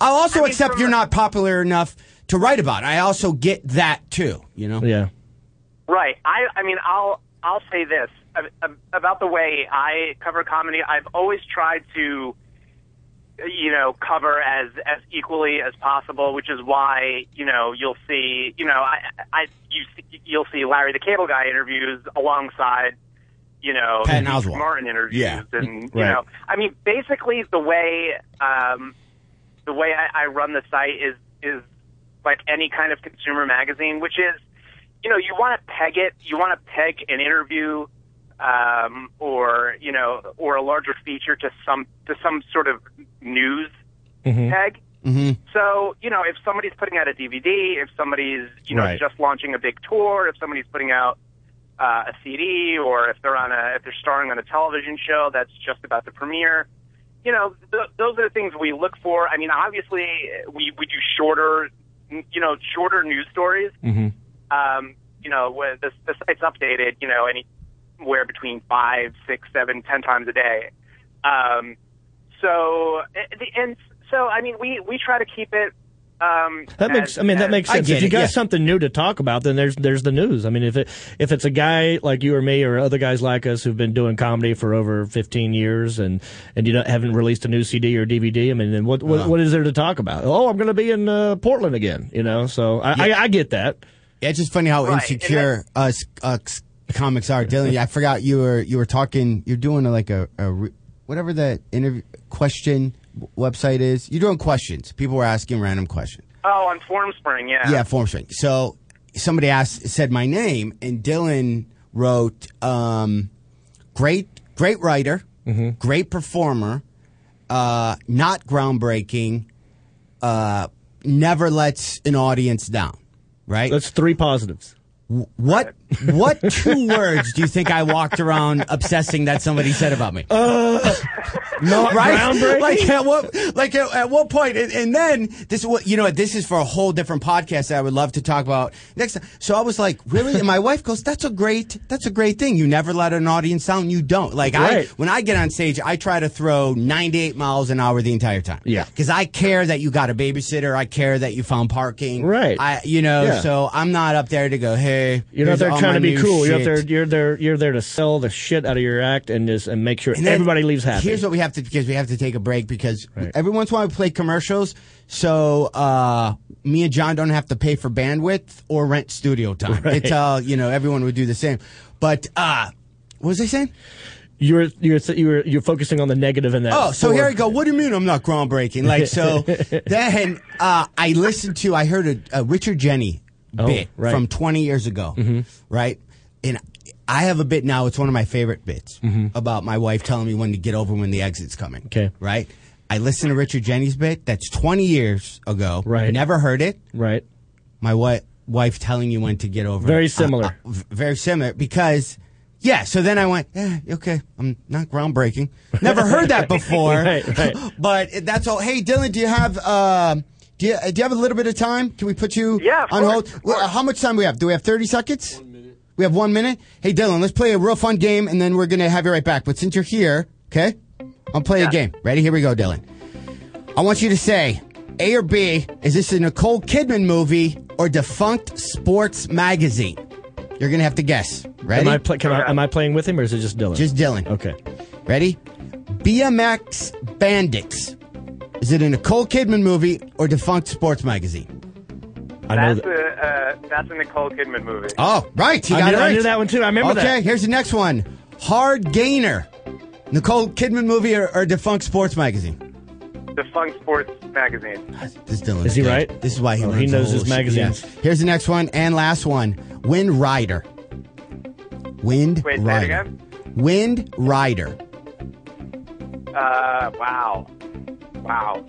[SPEAKER 3] I, will also accept you're not popular enough to write about. it. I also get that too. You know?
[SPEAKER 4] Yeah.
[SPEAKER 10] Right. I I mean I'll I'll say this ab- ab- about the way I cover comedy. I've always tried to you know cover as as equally as possible, which is why you know you'll see you know I I you see, you'll see Larry the Cable Guy interviews alongside you know
[SPEAKER 3] Patton
[SPEAKER 10] Steve
[SPEAKER 3] Oswalt.
[SPEAKER 10] Martin interviews
[SPEAKER 3] Yeah.
[SPEAKER 10] and you
[SPEAKER 3] Right.
[SPEAKER 10] know I mean basically the way um the way I, I run the site is is like any kind of consumer magazine, which is you know, you want to peg it, you want to peg an interview, um, or you know, or a larger feature to some to some sort of news peg.
[SPEAKER 3] Mm-hmm.
[SPEAKER 10] So you know, if somebody's putting out a DVD, if somebody's you know
[SPEAKER 12] Right.
[SPEAKER 10] just launching a big tour, if somebody's putting out uh, a CD, or if they're on a if they're starring on a television show that's just about to premiere. You know, th- those are the things we look for. I mean, obviously, we, we do shorter, you know, shorter news stories
[SPEAKER 4] Mm-hmm.
[SPEAKER 10] um, you know, when the, the site's updated, you know, anywhere between five, six, seven, ten times a day. Um, so, eh, and so, I mean, we, we try to keep it. Um,
[SPEAKER 4] That makes.
[SPEAKER 10] as-
[SPEAKER 4] I mean, that
[SPEAKER 10] as-
[SPEAKER 4] makes sense. If you got something new to talk about, then there's there's the news. I mean, if it if it's a guy like you or me or other guys like us who've been doing comedy for over 15 years and and you don't, haven't released a new CD or DVD, I mean, then what what,
[SPEAKER 3] Uh-huh.
[SPEAKER 4] what is there to talk about? Oh, I'm going to be in uh, Portland again. You know, so I, I, I get that.
[SPEAKER 3] Yeah, it's just funny how insecure us us comics are. Dylan, yeah, I forgot you were you were talking. You're doing like a, a re- whatever that interview question w- website is. You're doing questions. People were asking random questions.
[SPEAKER 10] Oh, on Form Spring, yeah.
[SPEAKER 3] Yeah, form string. So somebody asked, said my name, and Dylan wrote, um, "Great, great writer, great performer, uh, not groundbreaking, uh, never lets an audience down." Right. That's
[SPEAKER 4] three positives.
[SPEAKER 3] What what
[SPEAKER 4] *laughs*
[SPEAKER 3] two words do you think I walked around obsessing that somebody said about me?
[SPEAKER 4] Uh,
[SPEAKER 3] No,
[SPEAKER 4] Not
[SPEAKER 3] right?
[SPEAKER 4] groundbreaking?
[SPEAKER 3] Like at what? Like at, at what point? And, and then this, is what you know, what, this is for a whole different podcast that I would love to talk about next time. So I was like, really? And my wife goes, "That's a great, that's a great thing. You never let an audience down. You don't. Like I,
[SPEAKER 4] Right.
[SPEAKER 3] when I get on stage, I try to throw 98 miles an hour the entire time. Yeah, because I care that you got a babysitter. I care that you found parking. Right. I, you know,
[SPEAKER 4] Yeah.
[SPEAKER 3] so I'm not up there to go, hey,
[SPEAKER 4] You're not
[SPEAKER 3] here's
[SPEAKER 4] there
[SPEAKER 3] all
[SPEAKER 4] trying
[SPEAKER 3] my
[SPEAKER 4] to be
[SPEAKER 3] new
[SPEAKER 4] cool. You're up
[SPEAKER 3] shit.
[SPEAKER 4] there. You're there. You're there to sell the shit out of your act and just and make sure
[SPEAKER 3] And then
[SPEAKER 4] everybody leaves happy.
[SPEAKER 3] Here's what we have to because we have to take a break because every once in a while we play commercials, so uh, me and John don't have to pay for bandwidth or rent studio time.
[SPEAKER 4] Right.
[SPEAKER 3] It's all you know. Everyone would do the same, but uh, what was I saying?
[SPEAKER 4] You were you were you were you're focusing on the negative in that.
[SPEAKER 3] Oh, so
[SPEAKER 4] Or-
[SPEAKER 3] here I go. What do you mean I'm not groundbreaking? Like so. then uh, I listened to. I heard a, a Richard Jenny
[SPEAKER 4] Oh,
[SPEAKER 3] bit
[SPEAKER 4] right.
[SPEAKER 3] from 20 years ago, right? And I have a bit now. It's one of my favorite bits about my wife telling me when to get over when the exit's coming. Okay, right? I listened to Richard Jenny's bit. That's 20 years ago. Right. Never heard it.
[SPEAKER 4] Right.
[SPEAKER 3] My wife wife telling you when to get over.
[SPEAKER 4] Very
[SPEAKER 3] Uh,
[SPEAKER 4] similar.
[SPEAKER 3] uh, v- very similar because Yeah, so then I went, eh, okay, I'm not groundbreaking. Never heard
[SPEAKER 4] *laughs*
[SPEAKER 3] that before.
[SPEAKER 4] Right, right.
[SPEAKER 3] *laughs* But that's all. Hey, Dylan, do you have uh, do you, do you have a little bit of time? Can we put you
[SPEAKER 11] Yeah, of
[SPEAKER 3] on
[SPEAKER 11] course,
[SPEAKER 3] hold?
[SPEAKER 11] of
[SPEAKER 3] Well,
[SPEAKER 11] course.
[SPEAKER 3] How much time do we have? Do we have 30 seconds? One minute. We have one minute? Hey, Dylan, let's play a real fun game, and then we're going to have you right back. But since you're here, okay, I'll play a game. Ready? Here we go, Dylan. I want you to say A or B, is this a Nicole Kidman movie or defunct sports magazine? You're going to have to guess. Ready?
[SPEAKER 4] Am I, pla- can I, am I playing with him or is it just Dylan?
[SPEAKER 3] Just Dylan.
[SPEAKER 4] Okay.
[SPEAKER 3] Ready? BMX Bandits. Is it a Nicole Kidman movie or defunct sports magazine? I
[SPEAKER 10] that's a uh, that's a Nicole Kidman movie.
[SPEAKER 3] Oh, right. You
[SPEAKER 10] I
[SPEAKER 3] got
[SPEAKER 10] knew-
[SPEAKER 3] it
[SPEAKER 10] I
[SPEAKER 3] right.
[SPEAKER 10] knew that one, too. I remember
[SPEAKER 3] okay,
[SPEAKER 10] that.
[SPEAKER 3] here's the next one. Hard Gainer. Nicole Kidman movie or, or defunct sports magazine?
[SPEAKER 10] Defunct Sports Magazine.
[SPEAKER 3] This Dylan
[SPEAKER 4] Is he
[SPEAKER 3] dead.
[SPEAKER 4] right?
[SPEAKER 3] This is why he,
[SPEAKER 4] Oh,
[SPEAKER 3] runs
[SPEAKER 4] he
[SPEAKER 3] the
[SPEAKER 4] knows
[SPEAKER 3] whole
[SPEAKER 4] his
[SPEAKER 3] show.
[SPEAKER 4] magazines.
[SPEAKER 3] Yeah. Here's the next one and last one. Wind Rider. Wind
[SPEAKER 10] Wait, say it
[SPEAKER 3] Rider.
[SPEAKER 10] again?
[SPEAKER 3] Wind Rider.
[SPEAKER 10] Uh, wow, wow,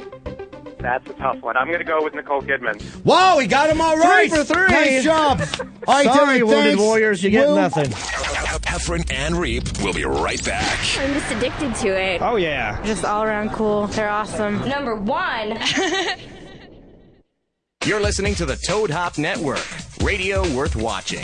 [SPEAKER 10] that's a tough one. I'm gonna go with Nicole Kidman.
[SPEAKER 3] Whoa, we got him all right.
[SPEAKER 10] for three.
[SPEAKER 3] Nice
[SPEAKER 4] *laughs*
[SPEAKER 3] job. All right,
[SPEAKER 4] Sorry,
[SPEAKER 3] Dylan,
[SPEAKER 4] Wounded
[SPEAKER 3] thanks.
[SPEAKER 4] Warriors, you get
[SPEAKER 3] We'll-
[SPEAKER 4] nothing.
[SPEAKER 9] Heffron and Reap will be right back.
[SPEAKER 12] I'm just addicted to it.
[SPEAKER 4] Oh, yeah.
[SPEAKER 12] Just all around cool. They're awesome. Number one.
[SPEAKER 2] You're listening to the Toad Hop Network, radio worth watching.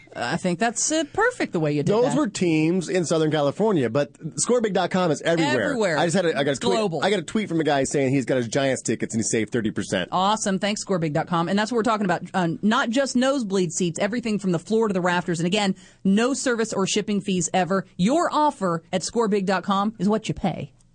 [SPEAKER 13] I think that's uh, perfect the way you did
[SPEAKER 14] Those
[SPEAKER 13] that.
[SPEAKER 14] were teams in Southern California, but scorebig.com is everywhere.
[SPEAKER 13] Everywhere.
[SPEAKER 14] I just had a, I got a
[SPEAKER 13] It's
[SPEAKER 14] tweet,
[SPEAKER 13] global.
[SPEAKER 14] I got a tweet from a guy saying he's got his Giants tickets and he saved 30%.
[SPEAKER 13] Awesome. Thanks, scorebig.com. And that's what we're talking about. Uh, not just nosebleed seats, everything from the floor to the rafters. And again, no service or shipping fees ever. Your offer at scorebig.com is what you pay.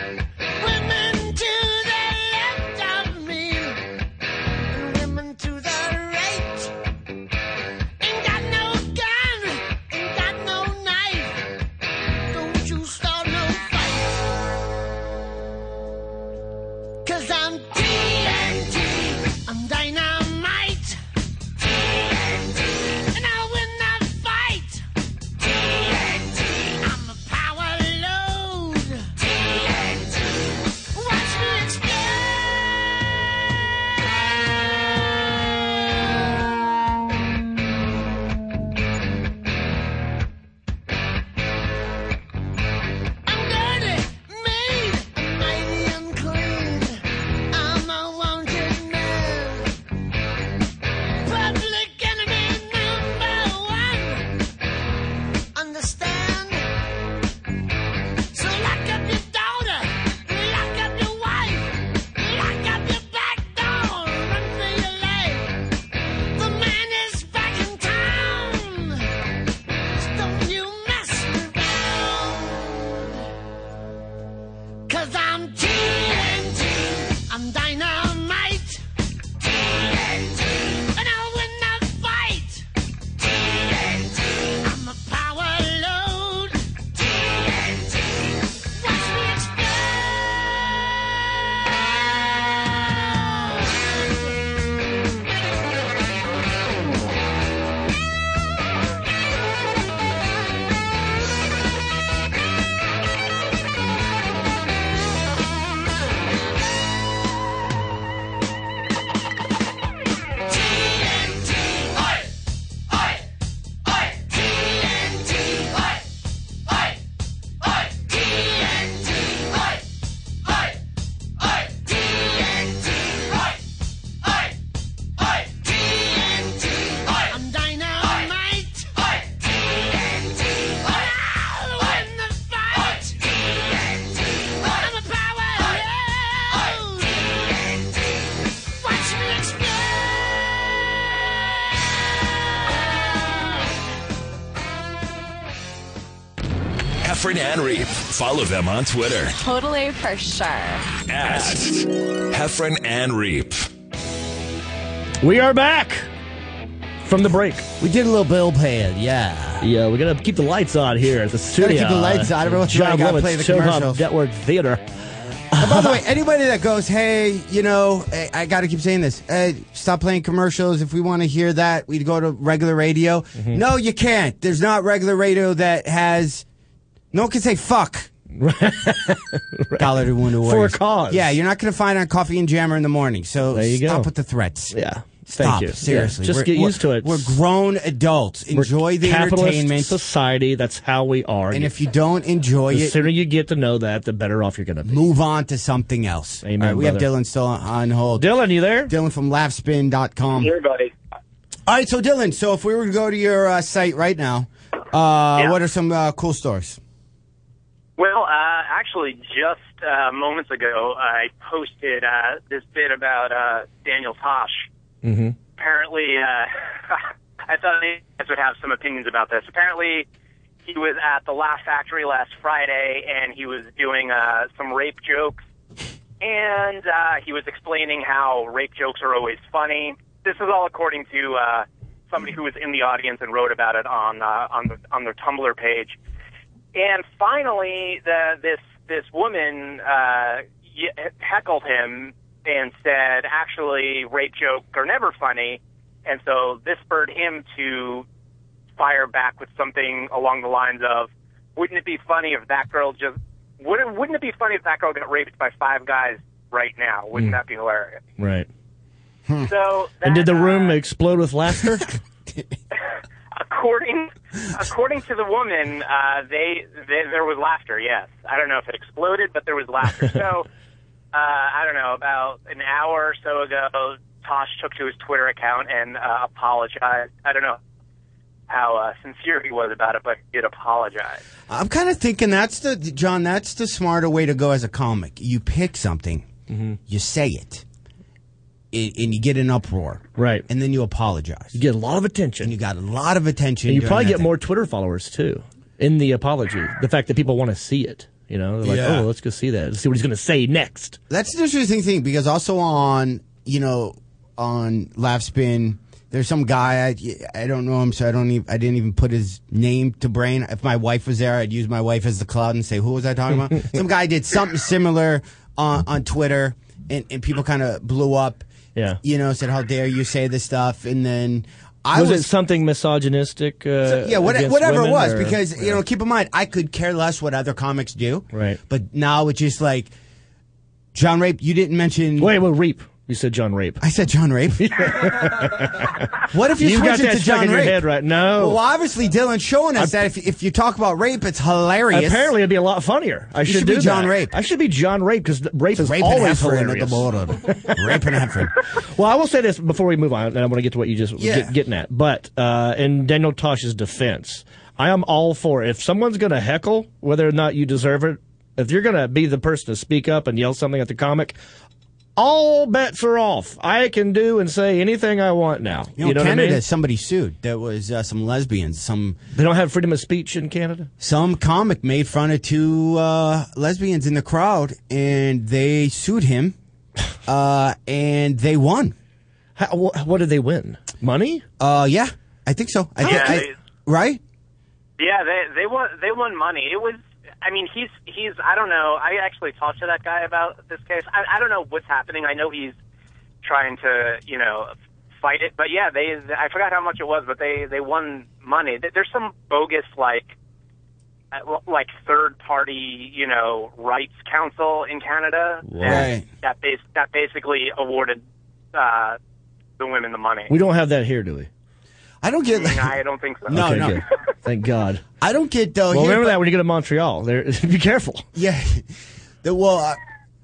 [SPEAKER 15] Women to the left of me, and women to the right. Ain't got no gun, ain't got no knife. Don't you start no fight. Cause I'm TNT, I'm dynamite. TNT, and I'll win the fight. TNT, I'm a power load. TNT, watch me explode. Don't you mess around. Cause I'm TNT. I'm dynamite. TNT. And I'll win the fight. TNT. I'm a power load. TNT.
[SPEAKER 9] Heffron and Reap. Follow them on Twitter
[SPEAKER 1] Totally for sure.
[SPEAKER 9] at Heffron and Reap.
[SPEAKER 4] We are back from the break.
[SPEAKER 3] We did a little bill pad, yeah.
[SPEAKER 4] Yeah, we gotta keep the lights on here at the studio.
[SPEAKER 3] keep the lights on. Everyone's
[SPEAKER 4] John
[SPEAKER 3] right, gotta
[SPEAKER 4] Lovitz,
[SPEAKER 3] play the
[SPEAKER 4] Showtime
[SPEAKER 3] commercials.
[SPEAKER 4] Network Theater.
[SPEAKER 3] And
[SPEAKER 4] *laughs*
[SPEAKER 3] by the way, anybody that goes, hey, you know, eh, I, I got to keep saying this. Hey, stop playing commercials. If we want to hear that, we'd go to regular radio.
[SPEAKER 4] Mm-hmm.
[SPEAKER 3] No, you can't. There's not regular radio that has. No one can say
[SPEAKER 4] *laughs*
[SPEAKER 3] fuck. Dollar to Wounded
[SPEAKER 4] For a
[SPEAKER 3] Warriors.
[SPEAKER 4] cause.
[SPEAKER 3] Yeah, you're not going to find it on Coffee and Jammer in the morning. So
[SPEAKER 4] There you go.
[SPEAKER 3] stop with the threats.
[SPEAKER 4] Yeah.
[SPEAKER 3] Stop.
[SPEAKER 4] Thank you.
[SPEAKER 3] Seriously.
[SPEAKER 4] Yeah, just
[SPEAKER 3] We're-
[SPEAKER 4] get
[SPEAKER 3] we're-
[SPEAKER 4] used to it.
[SPEAKER 3] We're grown adults.
[SPEAKER 4] We're
[SPEAKER 3] Enjoy the
[SPEAKER 4] capitalist
[SPEAKER 3] entertainment.
[SPEAKER 4] society. That's how we are.
[SPEAKER 3] And if you don't enjoy
[SPEAKER 4] the
[SPEAKER 3] it,
[SPEAKER 4] sooner you get to know that, the better off you're going to be.
[SPEAKER 3] move on to something else.
[SPEAKER 4] Amen,
[SPEAKER 3] All right, we have
[SPEAKER 4] brother.
[SPEAKER 3] Dylan still on- on hold.
[SPEAKER 4] Dylan, you there?
[SPEAKER 3] Dylan from laughspin.com.
[SPEAKER 10] Here, buddy.
[SPEAKER 3] All right, so Dylan, so if we were to go to your uh, site right now, uh, what are some uh, cool stores?
[SPEAKER 10] Well, uh, actually, just uh, moments ago, I posted uh, this bit about uh, Daniel Tosh.
[SPEAKER 15] Mm-hmm.
[SPEAKER 10] Apparently, uh, *laughs* I thought you guys would have some opinions about this. Apparently, he was at the Laugh Factory last Friday, and he was doing uh, some rape jokes, and uh, he was explaining how rape jokes are always funny. This is all according to uh, somebody who was in the audience and wrote about it on uh, on the, on their Tumblr page. And finally, the, this this woman uh, y- heckled him and said, "Actually, rape jokes are never funny." And so this spurred him to fire back with something along the lines of, "Wouldn't it be funny if that girl just wouldn't Wouldn't it be funny if that girl got raped by five guys right now? Wouldn't
[SPEAKER 4] Hmm.
[SPEAKER 10] that be hilarious?"
[SPEAKER 4] Right.
[SPEAKER 10] So
[SPEAKER 4] and did the room explode
[SPEAKER 3] *laughs*
[SPEAKER 4] with laughter?
[SPEAKER 10] according according to the woman, uh, they, they there was laughter. Yes, I don't know if it exploded, but there was laughter.
[SPEAKER 4] *laughs*
[SPEAKER 10] So uh, I don't know. About an hour or so ago, Tosh took to his Twitter account and uh, apologized. I don't know how uh, sincere he was about it, but he did apologize.
[SPEAKER 3] I'm kind of thinking that's the John. That's the smarter way to go as a comic. You pick something,
[SPEAKER 4] Mm-hmm.
[SPEAKER 3] you say it, and, and you get an uproar,
[SPEAKER 4] right?
[SPEAKER 3] And then you apologize. You
[SPEAKER 4] get a lot of attention.
[SPEAKER 3] And you got a lot of attention.
[SPEAKER 4] and you
[SPEAKER 3] during
[SPEAKER 4] probably
[SPEAKER 3] that
[SPEAKER 4] get
[SPEAKER 3] thing.
[SPEAKER 4] more Twitter followers too in the apology. The fact that people want to see it. You know, they're like,
[SPEAKER 3] Yeah.
[SPEAKER 4] oh, let's go see that. Let's see what he's going to say next.
[SPEAKER 3] That's an interesting thing because also on you know on Laugh Spin, there's some guy I, I don't know him, so I don't even I didn't even put his name to brain. If my wife was there, I'd use my wife as the cloud and say, "Who was I talking
[SPEAKER 4] *laughs*
[SPEAKER 3] about?" some guy did something similar on on Twitter, and and people kind of blew up.
[SPEAKER 4] Yeah.
[SPEAKER 3] you know, said, "How dare you say this stuff?" And then I
[SPEAKER 4] was,
[SPEAKER 3] was,
[SPEAKER 4] it something misogynistic? Uh,
[SPEAKER 3] yeah, what,
[SPEAKER 4] against
[SPEAKER 3] whatever it
[SPEAKER 4] women,
[SPEAKER 3] was,
[SPEAKER 4] or-
[SPEAKER 3] because you know, keep in mind, I could care less what other comics do.
[SPEAKER 4] Right.
[SPEAKER 3] But now it's just like John Rape. You didn't mention.
[SPEAKER 4] Wait, well, Reap. You said John Rape.
[SPEAKER 3] I said John
[SPEAKER 4] *laughs*
[SPEAKER 3] Rape. what if you
[SPEAKER 4] You've
[SPEAKER 3] switch
[SPEAKER 4] got
[SPEAKER 3] it
[SPEAKER 4] that
[SPEAKER 3] to
[SPEAKER 4] stuck
[SPEAKER 3] John
[SPEAKER 4] in your
[SPEAKER 3] Rape?
[SPEAKER 4] head right now.
[SPEAKER 3] Well, obviously, Dylan's showing us that if, if you talk about rape, it's hilarious.
[SPEAKER 4] Apparently, it'd be a lot funnier. I
[SPEAKER 3] You
[SPEAKER 4] should,
[SPEAKER 3] should
[SPEAKER 4] do
[SPEAKER 3] be John
[SPEAKER 4] that.
[SPEAKER 3] Rape.
[SPEAKER 4] I should be John Rape because rape is
[SPEAKER 3] Rape and
[SPEAKER 4] always
[SPEAKER 3] Heffron at the
[SPEAKER 4] hilarious. *laughs*
[SPEAKER 3] border. rape and Heffron.
[SPEAKER 4] Well, I will say this before we move on, and I want to get to what you just
[SPEAKER 3] Yeah.
[SPEAKER 4] get, getting at. But uh, in Daniel Tosh's defense, I am all for if someone's going to heckle, whether or not you deserve it. If you're going to be the person to speak up and yell something at the comic, all bets are off. I can do and say anything I want now.
[SPEAKER 3] You know, Canada,
[SPEAKER 4] what I mean?
[SPEAKER 3] somebody sued. There was uh, some lesbians. Some
[SPEAKER 4] they don't have freedom of speech in Canada.
[SPEAKER 3] Some comic made fun of two uh, lesbians in the crowd, and they sued him, uh, and they won.
[SPEAKER 4] How, wh- what did they win? Money?
[SPEAKER 3] Uh, yeah, I think so. I, thi-
[SPEAKER 10] Yeah,
[SPEAKER 3] I-
[SPEAKER 10] they-
[SPEAKER 3] right?
[SPEAKER 10] Yeah, they they won they won money. It was I mean he's he's I don't know. I actually talked to that guy about this case. I, I don't know what's happening. I know he's trying to you know fight it, but yeah, they I forgot how much it was, but they they won money. There- There's some bogus like uh, well, like third party you know rights council in Canada
[SPEAKER 4] Right.
[SPEAKER 10] that bas- that basically awarded uh, the women the money.
[SPEAKER 4] We don't have that here, do we?
[SPEAKER 3] I don't get.
[SPEAKER 10] *laughs* I don't think so.
[SPEAKER 4] Okay, good. Thank God.
[SPEAKER 3] *laughs* I don't get though. here,
[SPEAKER 4] well, remember
[SPEAKER 3] but-
[SPEAKER 4] that when you go to Montreal. There, *laughs* be careful.
[SPEAKER 3] Yeah. The, well,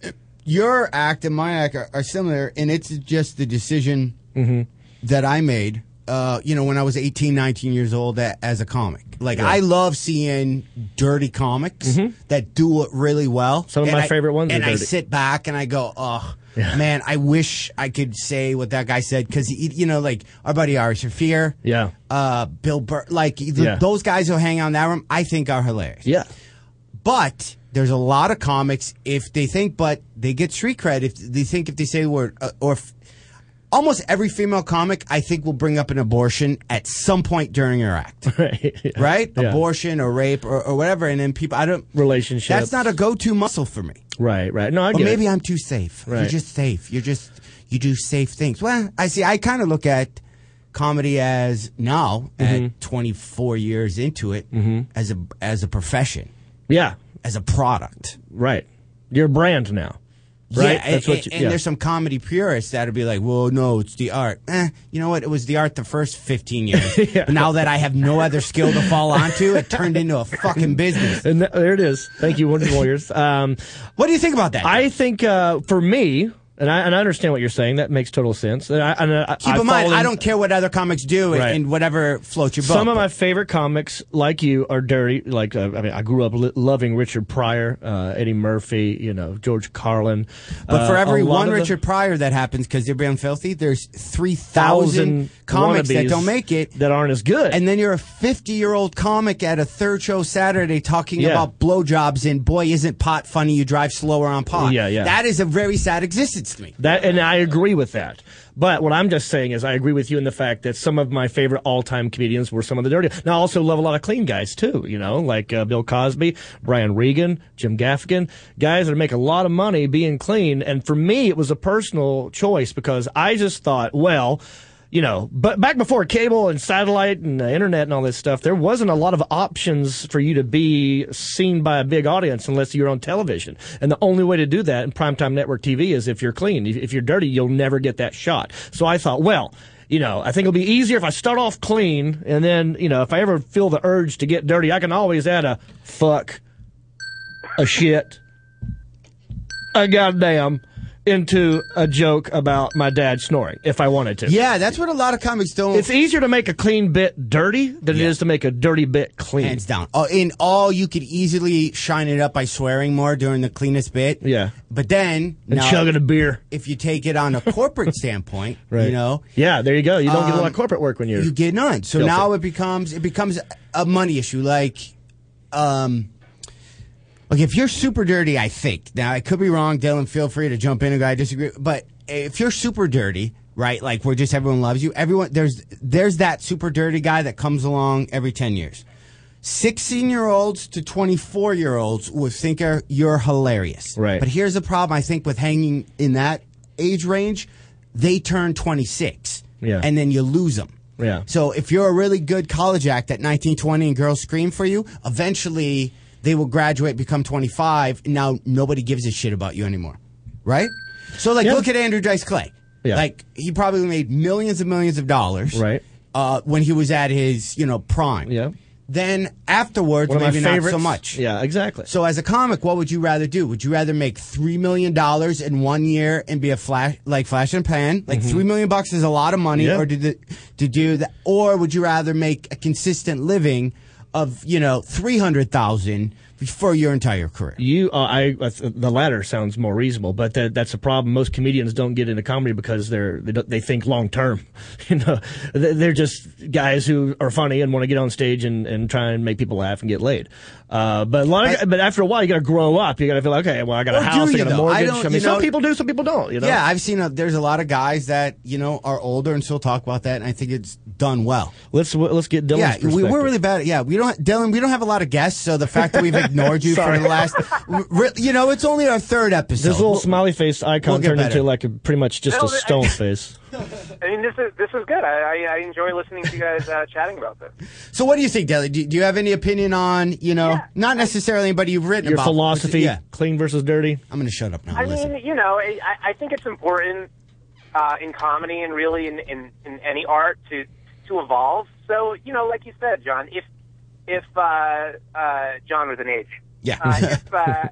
[SPEAKER 3] uh, your act and my act are, are similar, and it's just the decision
[SPEAKER 4] Mm-hmm.
[SPEAKER 3] that I made. Uh, you know, when I was 18, 19 years old a as a comic. Like,
[SPEAKER 4] Yeah. Mm-hmm.
[SPEAKER 3] I love seeing dirty comics that do it really well.
[SPEAKER 4] Some of
[SPEAKER 3] And
[SPEAKER 4] my
[SPEAKER 3] I-
[SPEAKER 4] favorite ones are
[SPEAKER 3] And I
[SPEAKER 4] dirty.
[SPEAKER 3] sit back and I go, oh, man, I wish I could say what that guy said. Because, you know, like our buddy Ari Shafir,
[SPEAKER 4] Yeah.
[SPEAKER 3] uh, Bill Burr, like th-
[SPEAKER 4] Yeah.
[SPEAKER 3] those guys who hang out in that room, I think are hilarious.
[SPEAKER 4] Yeah.
[SPEAKER 3] But there's a lot of comics if they think, but they get street cred if they think if they say the word uh, or. If, Almost every female comic, I think, will bring up an abortion at some point during her
[SPEAKER 4] *laughs*
[SPEAKER 3] act, right? Abortion or rape or, or whatever, and then people, I don't
[SPEAKER 4] relationships.
[SPEAKER 3] That's not a go-to muscle for me.
[SPEAKER 4] Right, right. No, I
[SPEAKER 3] Or
[SPEAKER 4] get
[SPEAKER 3] maybe
[SPEAKER 4] it.
[SPEAKER 3] I'm too safe.
[SPEAKER 4] Right.
[SPEAKER 3] You're just safe. You're just you do safe things. Well, I see. I kind of look at comedy as now
[SPEAKER 4] Mm-hmm.
[SPEAKER 3] at 24 years into it as a as a profession.
[SPEAKER 4] Yeah,
[SPEAKER 3] as a product.
[SPEAKER 4] Right. You're a brand now. Right?
[SPEAKER 3] Yeah,
[SPEAKER 4] That's
[SPEAKER 3] and,
[SPEAKER 4] what you-
[SPEAKER 3] and
[SPEAKER 4] yeah.
[SPEAKER 3] there's some comedy purists that'll be like, "Well, no, it's the art." Eh, you know what? It was the art the first 15
[SPEAKER 4] *laughs*
[SPEAKER 3] years. But now that I have no other skill to fall onto, it turned into a fucking business.
[SPEAKER 4] And th- there it is. Thank you,
[SPEAKER 3] *laughs*
[SPEAKER 4] Wonder Warriors. Um,
[SPEAKER 3] what do you think about that?
[SPEAKER 4] I think uh, for me, and I, and I understand what you're saying. That makes total sense. And I, and I,
[SPEAKER 3] Keep
[SPEAKER 4] I
[SPEAKER 3] in mind,
[SPEAKER 4] fall
[SPEAKER 3] I don't care what other comics do and-
[SPEAKER 4] Right.
[SPEAKER 3] and whatever floats your boat.
[SPEAKER 4] Some of my favorite comics, like you, are dirty. Like uh, I mean, I grew up li- loving Richard Pryor, uh, Eddie Murphy, you know, George Carlin.
[SPEAKER 3] But
[SPEAKER 4] Uh,
[SPEAKER 3] for
[SPEAKER 4] a
[SPEAKER 3] every
[SPEAKER 4] lot
[SPEAKER 3] one
[SPEAKER 4] of the-
[SPEAKER 3] Richard Pryor that happens because they're being filthy, there's 3,000 comics that
[SPEAKER 4] wannabes
[SPEAKER 3] don't make it.
[SPEAKER 4] That aren't as good.
[SPEAKER 3] And then you're a 50 year old comic at a third show Saturday talking
[SPEAKER 4] Yeah.
[SPEAKER 3] about blowjobs and boy, isn't pot funny? You drive slower on pot.
[SPEAKER 4] Yeah, yeah.
[SPEAKER 3] That is a very sad existence to me.
[SPEAKER 4] That and I agree with that. But what I'm just saying is I agree with you in the fact that some of my favorite all-time comedians were some of the dirty. Now I also love a lot of clean guys too, you know, like uh, Bill Cosby, Brian Regan, Jim Gaffigan, guys that make a lot of money being clean. And for me, it was a personal choice because I just thought, well. You know, but back before cable and satellite and uh, internet and all this stuff, there wasn't a lot of options for you to be seen by a big audience unless you're on television. And the only way to do that in primetime network TV is if you're clean. If if you're dirty, you'll never get that shot. So I thought, well, you know, I think it'll be easier if I start off clean and then, you know, if I ever feel the urge to get dirty, I can always add a fuck, a shit, a goddamn into a joke about my dad snoring if I wanted to.
[SPEAKER 3] Yeah, that's what a lot of comics don't.
[SPEAKER 4] It's easier to make a clean bit dirty than it is to make a dirty bit clean.
[SPEAKER 3] Hands down. Oh, in all, you could easily shine it up by swearing more during the cleanest bit.
[SPEAKER 4] Yeah.
[SPEAKER 3] But then,
[SPEAKER 4] And
[SPEAKER 3] now,
[SPEAKER 4] chugging a beer.
[SPEAKER 3] If you take it on a corporate *laughs* standpoint,
[SPEAKER 4] Right.
[SPEAKER 3] you know,
[SPEAKER 4] Yeah, there you go. You don't get a lot
[SPEAKER 3] Um,
[SPEAKER 4] of corporate work when you're
[SPEAKER 3] you get none. So
[SPEAKER 4] Guilty.
[SPEAKER 3] now it becomes it becomes a money issue. Like, um, like if you're super dirty, I think now I could be wrong. Dylan, feel free to jump in if I disagree. But if you're super dirty, right? Like where just everyone loves you. Everyone there's there's that super dirty guy that comes along every ten years. 16 year olds to 24 year olds would think are, you're hilarious. Right. But here's the problem I think with hanging in that age range, they turn 26.
[SPEAKER 4] Yeah.
[SPEAKER 3] And then you lose them.
[SPEAKER 4] Yeah.
[SPEAKER 3] So if you're a really good college act at 19, 20 and girls scream for you, eventually they will graduate, become 25, and now nobody gives a shit about you anymore. Right? So like look at Andrew Dice Clay.
[SPEAKER 4] Yeah.
[SPEAKER 3] Like he probably made millions and millions of dollars. Right. Uh, when he was at his, you know, prime. Yeah. Then afterwards,
[SPEAKER 4] One of my
[SPEAKER 3] maybe not so
[SPEAKER 4] favorites.
[SPEAKER 3] much.
[SPEAKER 4] Yeah, exactly.
[SPEAKER 3] So as a comic, what would you rather do? Would you rather make three million dollars in one year and be a flash like flash in pan? Like
[SPEAKER 4] Mhm.
[SPEAKER 3] three million bucks is a lot of money,
[SPEAKER 4] Yeah.
[SPEAKER 3] or to, do- to do that, or would you rather make a consistent living of you know three hundred thousand for your entire career?
[SPEAKER 4] You, uh, I, I th- the latter sounds more reasonable, but that that's a problem. Most comedians don't get into comedy because they're they, don't, they think long term. *laughs* you know, They- they're just guys who are funny and want to get on stage and, and try and make people laugh and get laid. Uh, but a lot of, but after a while, you got to grow up. You got to feel like, okay, well, I got a
[SPEAKER 3] Or do
[SPEAKER 4] house, I
[SPEAKER 3] you,
[SPEAKER 4] got a
[SPEAKER 3] though? I
[SPEAKER 4] mortgage. I,
[SPEAKER 3] don't-
[SPEAKER 4] mean,
[SPEAKER 3] you
[SPEAKER 4] some
[SPEAKER 3] know-
[SPEAKER 4] people do, some people don't. You know,
[SPEAKER 3] Yeah, I've seen a, there's a lot of guys that you know are older and still talk about that, and I think it's done well.
[SPEAKER 4] Let's let's get Dylan's
[SPEAKER 3] Yeah, we,
[SPEAKER 4] perspective.
[SPEAKER 3] we're really bad. At, yeah, we don't, Dylan. We don't have a lot of guests, so the fact that we've ignored
[SPEAKER 4] *laughs*
[SPEAKER 3] you for
[SPEAKER 4] Sorry.
[SPEAKER 3] the last, re- you know, it's only our third episode.
[SPEAKER 4] this little smiley face icon
[SPEAKER 3] we'll get
[SPEAKER 4] turned
[SPEAKER 3] better.
[SPEAKER 4] into like a, pretty much just
[SPEAKER 10] No,
[SPEAKER 4] a
[SPEAKER 10] I-
[SPEAKER 4] stone face.
[SPEAKER 10] I mean, this is this is good. I, I, I enjoy listening to you guys uh, chatting about this.
[SPEAKER 3] So, what do you think, Dylan? Do, do you have any opinion on, you know, not necessarily anybody you've written
[SPEAKER 4] Your
[SPEAKER 3] about?
[SPEAKER 4] philosophy,
[SPEAKER 3] Yeah,
[SPEAKER 4] clean versus dirty.
[SPEAKER 3] I'm going to shut up now.
[SPEAKER 10] I
[SPEAKER 3] listen.
[SPEAKER 10] mean, you know, I, I think it's important uh, in comedy and really in, in, in any art to to evolve. So, you know, like you said, John, if if uh, uh, John was an age,
[SPEAKER 3] yeah.
[SPEAKER 10] uh, if, uh,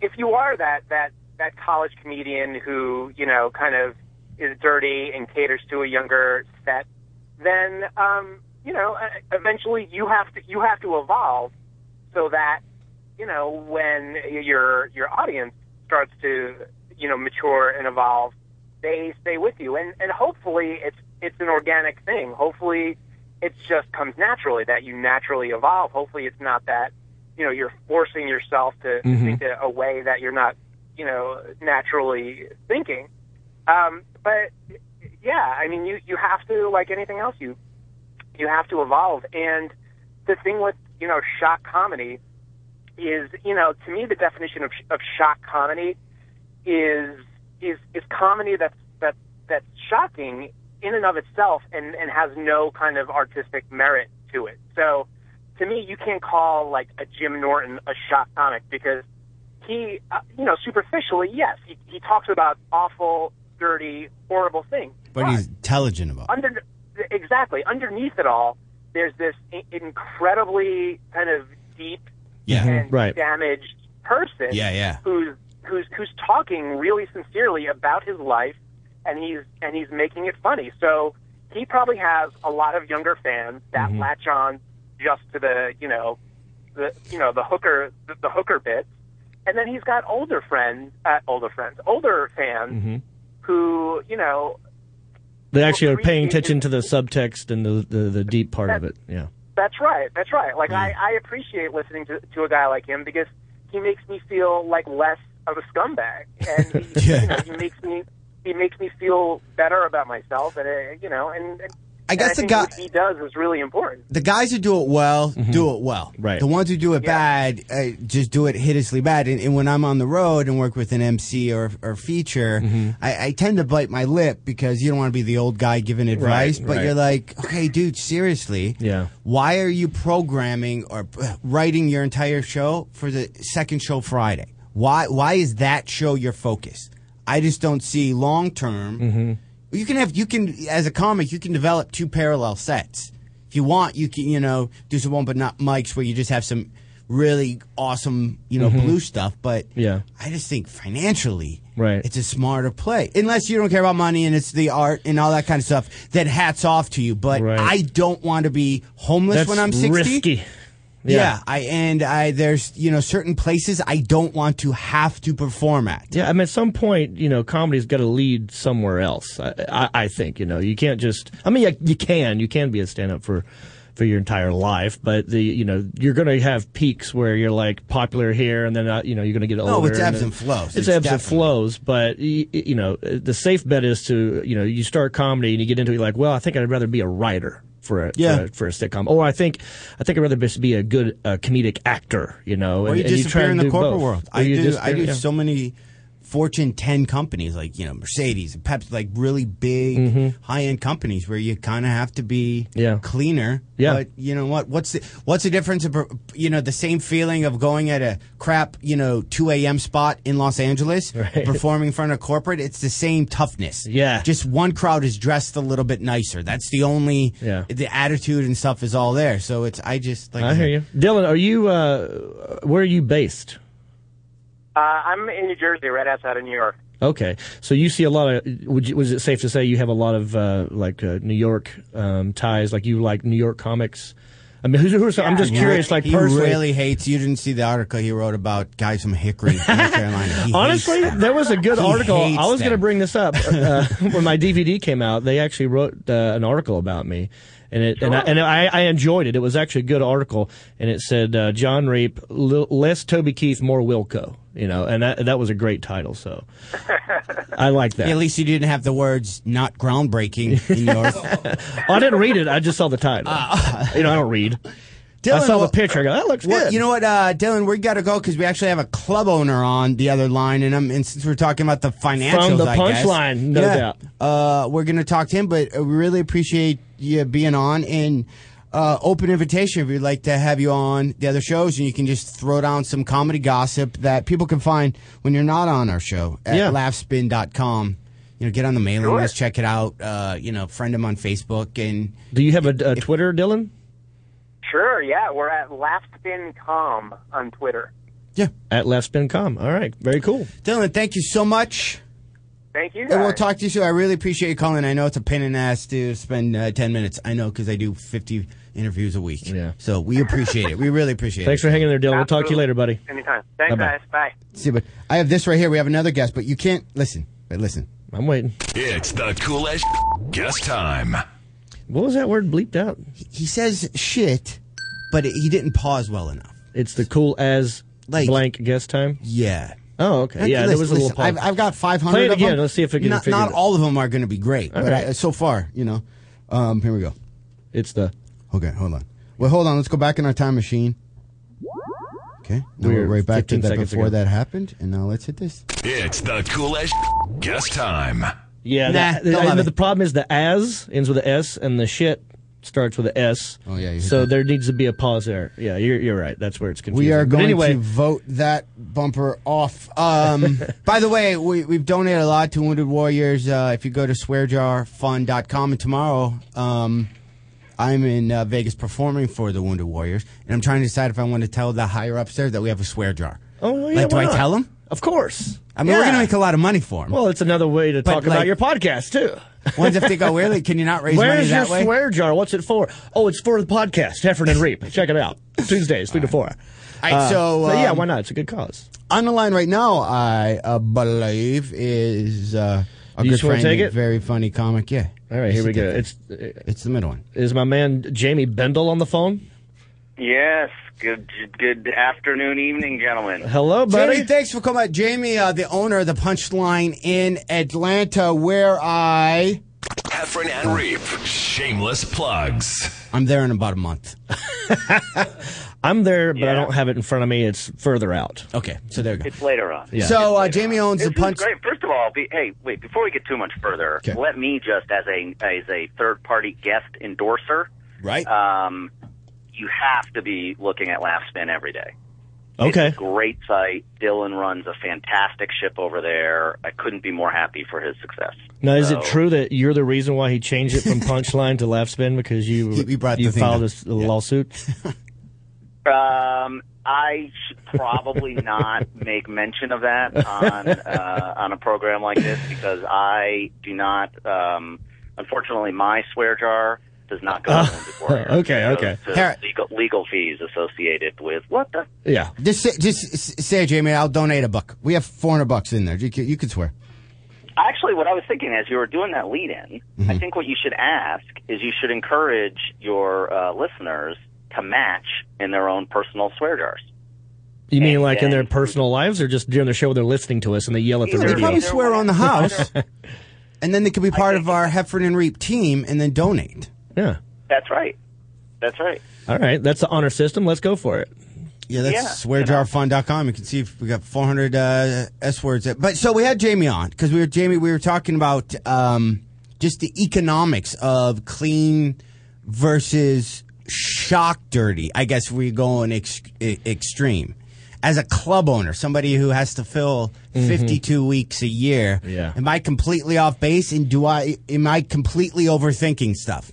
[SPEAKER 10] if you are that that that college comedian who you know kind of is dirty and caters to a younger set, then um, you know uh, eventually you have to you have to evolve so that you know when your your audience starts to you know mature and evolve, they stay with you, and and hopefully it's it's an organic thing. Hopefully it just comes naturally that you naturally evolve. Hopefully it's not that you know you're forcing yourself to
[SPEAKER 15] Mhm.
[SPEAKER 10] think a, a way that you're not you know naturally thinking. Um, but yeah, I mean you you have to like anything else you you have to evolve. And the thing with you know shock comedy is you know to me the definition of, of shock comedy is is is comedy that's that that's shocking in and of itself and and has no kind of artistic merit to it. So to me, you can't call like a Jim Norton a shock comic because he, uh, you know, superficially, yes, he, he talks about awful, dirty, horrible things.
[SPEAKER 3] *laughs* But he's intelligent about.
[SPEAKER 10] Under exactly underneath it all, there's this i- incredibly kind of deep
[SPEAKER 4] Mm-hmm.
[SPEAKER 3] Yeah.
[SPEAKER 10] and
[SPEAKER 3] Right.
[SPEAKER 10] damaged person.
[SPEAKER 3] Yeah, yeah.
[SPEAKER 10] Who's who's who's talking really sincerely about his life, and he's and he's making it funny. So he probably has a lot of younger fans that
[SPEAKER 3] Mm-hmm.
[SPEAKER 15] Mhm.
[SPEAKER 10] latch on just to the you know the you know the hooker the, the hooker bits, and then he's got older friends, uh, older friends, older fans
[SPEAKER 3] Mm-hmm.
[SPEAKER 10] who you know
[SPEAKER 4] They actually are paying attention to the subtext and the, the, the deep part of it. Yeah.
[SPEAKER 10] That's right. That's right. Like
[SPEAKER 11] Hmm.
[SPEAKER 10] I, I appreciate listening to, to a guy like him because he makes me feel like less of a scumbag, and he, you know, he
[SPEAKER 11] *laughs*
[SPEAKER 10] makes me he makes me feel better about myself, and uh, you know, and, and
[SPEAKER 3] *laughs* I guess the
[SPEAKER 10] and I think
[SPEAKER 3] guy-
[SPEAKER 10] what he does is really important.
[SPEAKER 3] The guys who do it well
[SPEAKER 4] Mm-hmm.
[SPEAKER 3] do it well. Right. The ones who do it bad uh, just do it hideously bad. And, and when I'm on the road and work with an MC or, or feature,
[SPEAKER 4] Mm-hmm.
[SPEAKER 3] I, I tend to bite my lip because you don't want to be the old guy giving advice. but
[SPEAKER 4] right.
[SPEAKER 3] you're like, okay, dude, seriously,
[SPEAKER 4] Yeah.
[SPEAKER 3] why are you programming or uh, writing your entire show for the second show Friday? Why why is that show your focus? I just don't see long term.
[SPEAKER 4] Mm-hmm.
[SPEAKER 3] You can have you can as a comic you can develop two parallel sets. If you want, you can you know do some one but not mics where you just have some really awesome you know
[SPEAKER 4] Mhm.
[SPEAKER 3] blue stuff. But
[SPEAKER 4] Yeah.
[SPEAKER 3] I just think financially.
[SPEAKER 4] Right.
[SPEAKER 3] It's a smarter play. Unless you don't care about money and it's the art and all that kind of stuff, then hats off to you. But I don't want to be homeless
[SPEAKER 4] That's
[SPEAKER 3] when I'm 60.
[SPEAKER 4] risky.
[SPEAKER 3] Yeah.
[SPEAKER 4] Yeah.
[SPEAKER 3] I and I there's, you know, certain places I don't want to have to perform at.
[SPEAKER 4] Yeah, I mean, at some point, you know, comedy's got to lead somewhere else. I, I, I think, you know, you can't just. I mean, yeah, you can, you can be a stand-up for, for your entire life, but the, you know, you're going to have peaks where you're like popular here, and then uh, you know you're going to get older.
[SPEAKER 3] No, it's ebbs
[SPEAKER 4] then-
[SPEAKER 3] and flows.
[SPEAKER 4] It's,
[SPEAKER 3] It's
[SPEAKER 4] ebbs and
[SPEAKER 3] definitely-
[SPEAKER 4] flows, but y- y- you know, the safe bet is to, you know, you start comedy and you get into it like, well, I think I'd rather be a writer. For a,
[SPEAKER 3] Yeah.
[SPEAKER 4] for a for a sitcom, or I think I think I'd rather just be a good uh, comedic actor, you know.
[SPEAKER 3] Or you
[SPEAKER 4] and try
[SPEAKER 3] disappear
[SPEAKER 4] and
[SPEAKER 3] in the
[SPEAKER 4] do
[SPEAKER 3] corporate
[SPEAKER 4] both.
[SPEAKER 3] world.
[SPEAKER 4] Or
[SPEAKER 3] I
[SPEAKER 4] you
[SPEAKER 3] do I
[SPEAKER 4] disappear-
[SPEAKER 3] do
[SPEAKER 4] yeah.
[SPEAKER 3] so many Fortune 10 companies like, you know, Mercedes and Pepsi, like really big high-end companies where you kind of have to be cleaner.
[SPEAKER 4] Mm-hmm. Yeah.
[SPEAKER 3] But you know what? What's the what's the difference of you know, the same feeling of going at a crap, you know, 2 a.m. spot in Los
[SPEAKER 4] *laughs*
[SPEAKER 3] Angeles performing in front of corporate? It's the same toughness.
[SPEAKER 4] Yeah.
[SPEAKER 3] Just one crowd is dressed a little bit nicer. That's the only
[SPEAKER 4] Yeah.
[SPEAKER 3] the attitude and stuff is all there. So it's I just like
[SPEAKER 4] I hear you, Dylan. Are you? Uh, where are you based?
[SPEAKER 10] Uh, I'm in New Jersey, right outside of New York.
[SPEAKER 4] Okay, so you see a lot of. Would you, was it safe to say you have a lot of uh, like uh, New York um, ties? Like you like New York comics? I mean, who's, who's I'm just
[SPEAKER 3] Yeah.
[SPEAKER 4] curious. Like
[SPEAKER 3] he
[SPEAKER 4] personally,
[SPEAKER 3] really hates. You didn't see the article he wrote about guys from Hickory,
[SPEAKER 4] *laughs*
[SPEAKER 3] North Carolina. He hates
[SPEAKER 4] Honestly,
[SPEAKER 3] them.
[SPEAKER 4] there was a good
[SPEAKER 3] He
[SPEAKER 4] article.
[SPEAKER 3] hates
[SPEAKER 4] I was
[SPEAKER 3] them.
[SPEAKER 4] going to bring this up uh, *laughs* when my DVD came out. They actually wrote uh, an article about me, and it and, I, and I, I enjoyed it. It was actually a good article, and it said uh, John Reap, l- less Toby Keith, more Wilco. You know, and that that was a great title. So I
[SPEAKER 3] *laughs*
[SPEAKER 4] like that.
[SPEAKER 3] At least you didn't have the words "not groundbreaking" in
[SPEAKER 4] *laughs*
[SPEAKER 3] yours.
[SPEAKER 4] Oh, I didn't read it. I just saw the title.
[SPEAKER 3] *laughs*
[SPEAKER 4] you know, I don't read. I
[SPEAKER 3] Ah. Dylan,
[SPEAKER 4] saw
[SPEAKER 3] well-
[SPEAKER 4] the picture. I go, that looks
[SPEAKER 3] Well,
[SPEAKER 4] good.
[SPEAKER 3] you know what, uh, Dylan? We got to go because we actually have a club owner on the other line, and, um, and since we're talking about the financials,
[SPEAKER 4] From the
[SPEAKER 3] I guess-
[SPEAKER 4] punchline, no
[SPEAKER 3] yeah, Uh, we're going to talk to him, but uh, we really appreciate you being on and. Uh, open invitation if we'd like to have you on the other shows, and you can just throw down some comedy gossip that people can find when you're not on our show at
[SPEAKER 4] Yeah.
[SPEAKER 3] laughspin.com. You know, get on the mailing
[SPEAKER 4] Sure.
[SPEAKER 3] list, check it out. Uh, you know, friend them on Facebook, and
[SPEAKER 4] do you have a, a Twitter, Dylan?
[SPEAKER 10] Sure, yeah, we're at laughspincom on Twitter.
[SPEAKER 4] At leftspin.com. All right, very cool.
[SPEAKER 3] Dylan, thank you so much.
[SPEAKER 10] Thank you.
[SPEAKER 3] And we'll
[SPEAKER 10] guys.
[SPEAKER 3] talk to you soon. I really appreciate you calling. I know it's a pain in the ass to spend uh, 10 minutes. I know because I do 50 interviews a week. Yeah. So we appreciate it. We really appreciate
[SPEAKER 4] Thanks
[SPEAKER 3] it.
[SPEAKER 4] for hanging there, Dylan. We'll talk to you later, buddy.
[SPEAKER 10] Anytime. Thanks,
[SPEAKER 3] Bye-bye.
[SPEAKER 10] guys. Bye.
[SPEAKER 3] See, but I have this right here. We have another guest, but you can't listen. But listen.
[SPEAKER 4] I'm waiting.
[SPEAKER 9] It's the coolest guest time.
[SPEAKER 4] What was that word bleeped out?
[SPEAKER 3] He says shit, but he didn't pause well enough.
[SPEAKER 4] It's the cool as blank guess time.
[SPEAKER 3] Yeah.
[SPEAKER 4] Oh, okay. Yeah,
[SPEAKER 3] Listen,
[SPEAKER 4] there was a little
[SPEAKER 3] listen,
[SPEAKER 4] pause.
[SPEAKER 3] I've, I've got 500
[SPEAKER 4] Play it
[SPEAKER 3] of
[SPEAKER 4] again.
[SPEAKER 3] them.
[SPEAKER 4] Let's see if we can
[SPEAKER 3] Not,
[SPEAKER 4] figure
[SPEAKER 3] not
[SPEAKER 4] it.
[SPEAKER 3] all of them are going to be great, but
[SPEAKER 4] Okay.
[SPEAKER 3] I, so far, you know. Um, here we go.
[SPEAKER 4] It's the.
[SPEAKER 3] Okay, hold on. Well, hold on. Let's go back in our time machine. Okay. Now
[SPEAKER 9] We
[SPEAKER 3] we're
[SPEAKER 9] were
[SPEAKER 3] right back to
[SPEAKER 9] 15
[SPEAKER 3] that
[SPEAKER 9] seconds
[SPEAKER 3] before
[SPEAKER 9] ago.
[SPEAKER 3] that happened, and now let's hit this.
[SPEAKER 9] It's the coolest guess time.
[SPEAKER 4] Yeah, that-
[SPEAKER 9] don't
[SPEAKER 4] I-
[SPEAKER 9] love
[SPEAKER 4] but
[SPEAKER 9] it.
[SPEAKER 4] the problem is the as ends with a S and the shit starts with a S. Oh yeah. So there needs to be a pause there. Yeah, you're you're right. That's where it's confusing.
[SPEAKER 3] We are
[SPEAKER 4] But
[SPEAKER 3] going
[SPEAKER 4] anyway,
[SPEAKER 3] to vote that bumper off. Um,
[SPEAKER 4] *laughs*
[SPEAKER 3] by the way, we, we've donated a lot to Wounded Warriors. Uh, if you go to swearjarfund.com, and tomorrow um, I'm in uh, Vegas performing for the Wounded Warriors, and I'm trying to decide if I want to tell the higher ups there that we have a swear jar.
[SPEAKER 4] Oh, well, yeah,
[SPEAKER 3] like, do
[SPEAKER 4] why
[SPEAKER 3] I
[SPEAKER 4] not?
[SPEAKER 3] tell them?
[SPEAKER 4] Of course.
[SPEAKER 3] I mean, we're
[SPEAKER 4] Yeah.
[SPEAKER 3] going to make a lot of money for them.
[SPEAKER 4] Well, it's another way to
[SPEAKER 3] But,
[SPEAKER 4] talk about
[SPEAKER 3] like,
[SPEAKER 4] your
[SPEAKER 3] *laughs*
[SPEAKER 4] podcast too.
[SPEAKER 3] Ones if they
[SPEAKER 4] *laughs*
[SPEAKER 3] go, really? Can you not raise money
[SPEAKER 4] Where's
[SPEAKER 3] that
[SPEAKER 4] your
[SPEAKER 3] way?
[SPEAKER 4] swear jar? What's it for? Oh, it's for the podcast, Heffern and Reap. Check
[SPEAKER 3] *laughs*
[SPEAKER 4] it out. Tuesdays, three to four. Uh,
[SPEAKER 3] All right, so,
[SPEAKER 4] yeah,
[SPEAKER 3] um,
[SPEAKER 4] why not? It's a good cause.
[SPEAKER 3] On the line right now, I uh, believe is uh, a
[SPEAKER 4] You
[SPEAKER 3] good
[SPEAKER 4] just wanna
[SPEAKER 3] friend,
[SPEAKER 4] take
[SPEAKER 3] and
[SPEAKER 4] it?
[SPEAKER 3] very funny comic. Yeah.
[SPEAKER 4] All right, here we go.
[SPEAKER 3] It's it's the middle one.
[SPEAKER 4] Is my man Jamie Bendel on the phone?
[SPEAKER 11] Yes. Good. Good afternoon, evening, gentlemen.
[SPEAKER 4] Hello,
[SPEAKER 3] Jamie, thanks for coming out. Jamie, uh, the owner of the Punchline in Atlanta, where I
[SPEAKER 9] Heffron and Reap, shameless plugs.
[SPEAKER 3] I'm there in about a month.
[SPEAKER 4] I'm there, but I don't have it in front of me. It's further out.
[SPEAKER 3] Okay, so there we
[SPEAKER 11] It's later on.
[SPEAKER 4] Yeah.
[SPEAKER 3] So uh, Jamie owns
[SPEAKER 11] This
[SPEAKER 3] the
[SPEAKER 11] is
[SPEAKER 3] Punch.
[SPEAKER 11] great. First of all, be, hey, wait. Before we get too much further, let me just as a as a third party guest endorser.
[SPEAKER 3] Right.
[SPEAKER 11] Um, you have to be looking at Laughspin every day.
[SPEAKER 4] Okay.
[SPEAKER 11] Great site. Dylan runs a fantastic ship over there. I couldn't be more happy for his success.
[SPEAKER 4] Now, is it
[SPEAKER 11] So-
[SPEAKER 4] true that you're the reason why he changed it
[SPEAKER 11] *laughs*
[SPEAKER 4] from punchline to laugh spin because you
[SPEAKER 11] He- he brought the
[SPEAKER 4] you
[SPEAKER 11] thing
[SPEAKER 4] filed
[SPEAKER 11] up.
[SPEAKER 4] a s-
[SPEAKER 11] *laughs*
[SPEAKER 4] a lawsuit?
[SPEAKER 11] Um, I should
[SPEAKER 4] *laughs*
[SPEAKER 11] probably not make mention of that on uh, on a program like this because I do not. Um, unfortunately, my swear jar does not go to Wounded Warriors.
[SPEAKER 4] Oh, *laughs* okay,
[SPEAKER 11] It
[SPEAKER 4] okay.
[SPEAKER 11] goes to
[SPEAKER 3] Harry-
[SPEAKER 11] legal, legal fees associated with what the
[SPEAKER 4] Yeah.
[SPEAKER 3] Just say, just s- say, it, Jamie, I'll donate a buck. We have 400 bucks in there. You can, you can swear.
[SPEAKER 11] Actually, what I was thinking as you were doing that lead in,
[SPEAKER 4] Mm-hmm.
[SPEAKER 11] I
[SPEAKER 3] Mhm.
[SPEAKER 11] think what you should ask is you should encourage your uh, listeners to match in their own personal swear jars.
[SPEAKER 4] You mean like in their personal lives or just during the show they're listening to us and they yell at the
[SPEAKER 3] Yeah, they
[SPEAKER 4] radio?
[SPEAKER 3] probably swear on the
[SPEAKER 4] *laughs*
[SPEAKER 3] house, and then they could be part of our Heffern and Reap team, and then donate.
[SPEAKER 4] yeah.
[SPEAKER 11] That's right. That's right.
[SPEAKER 4] All right. That's the honor system. Let's go for it.
[SPEAKER 3] Yeah, that's swearjarfund.com. You can see if we got 400 uh, S words. there. But so we had Jamie on because we were Jamie. We were talking about um, just the economics of clean versus shock dirty. I guess we go in ex- e- extreme. As a club owner, somebody who has to fill
[SPEAKER 4] Mhm.
[SPEAKER 3] 52 weeks a year,
[SPEAKER 4] Yeah.
[SPEAKER 3] am I completely off base? And do I am I completely overthinking stuff?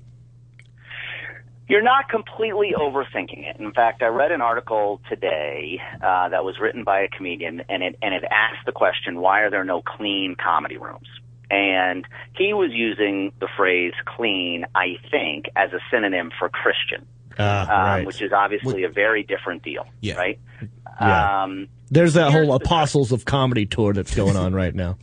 [SPEAKER 11] You're not completely overthinking it. In fact, I read an article today uh, that was written by a comedian, and it and it asked the question, "Why are there no clean comedy rooms?" And he was using the phrase "clean," I think, as a synonym for Christian, um, which is obviously a very different deal, right?
[SPEAKER 4] Yeah.
[SPEAKER 11] Um,
[SPEAKER 4] There's that whole Apostles of Comedy tour that's going on
[SPEAKER 11] *laughs*
[SPEAKER 4] right now.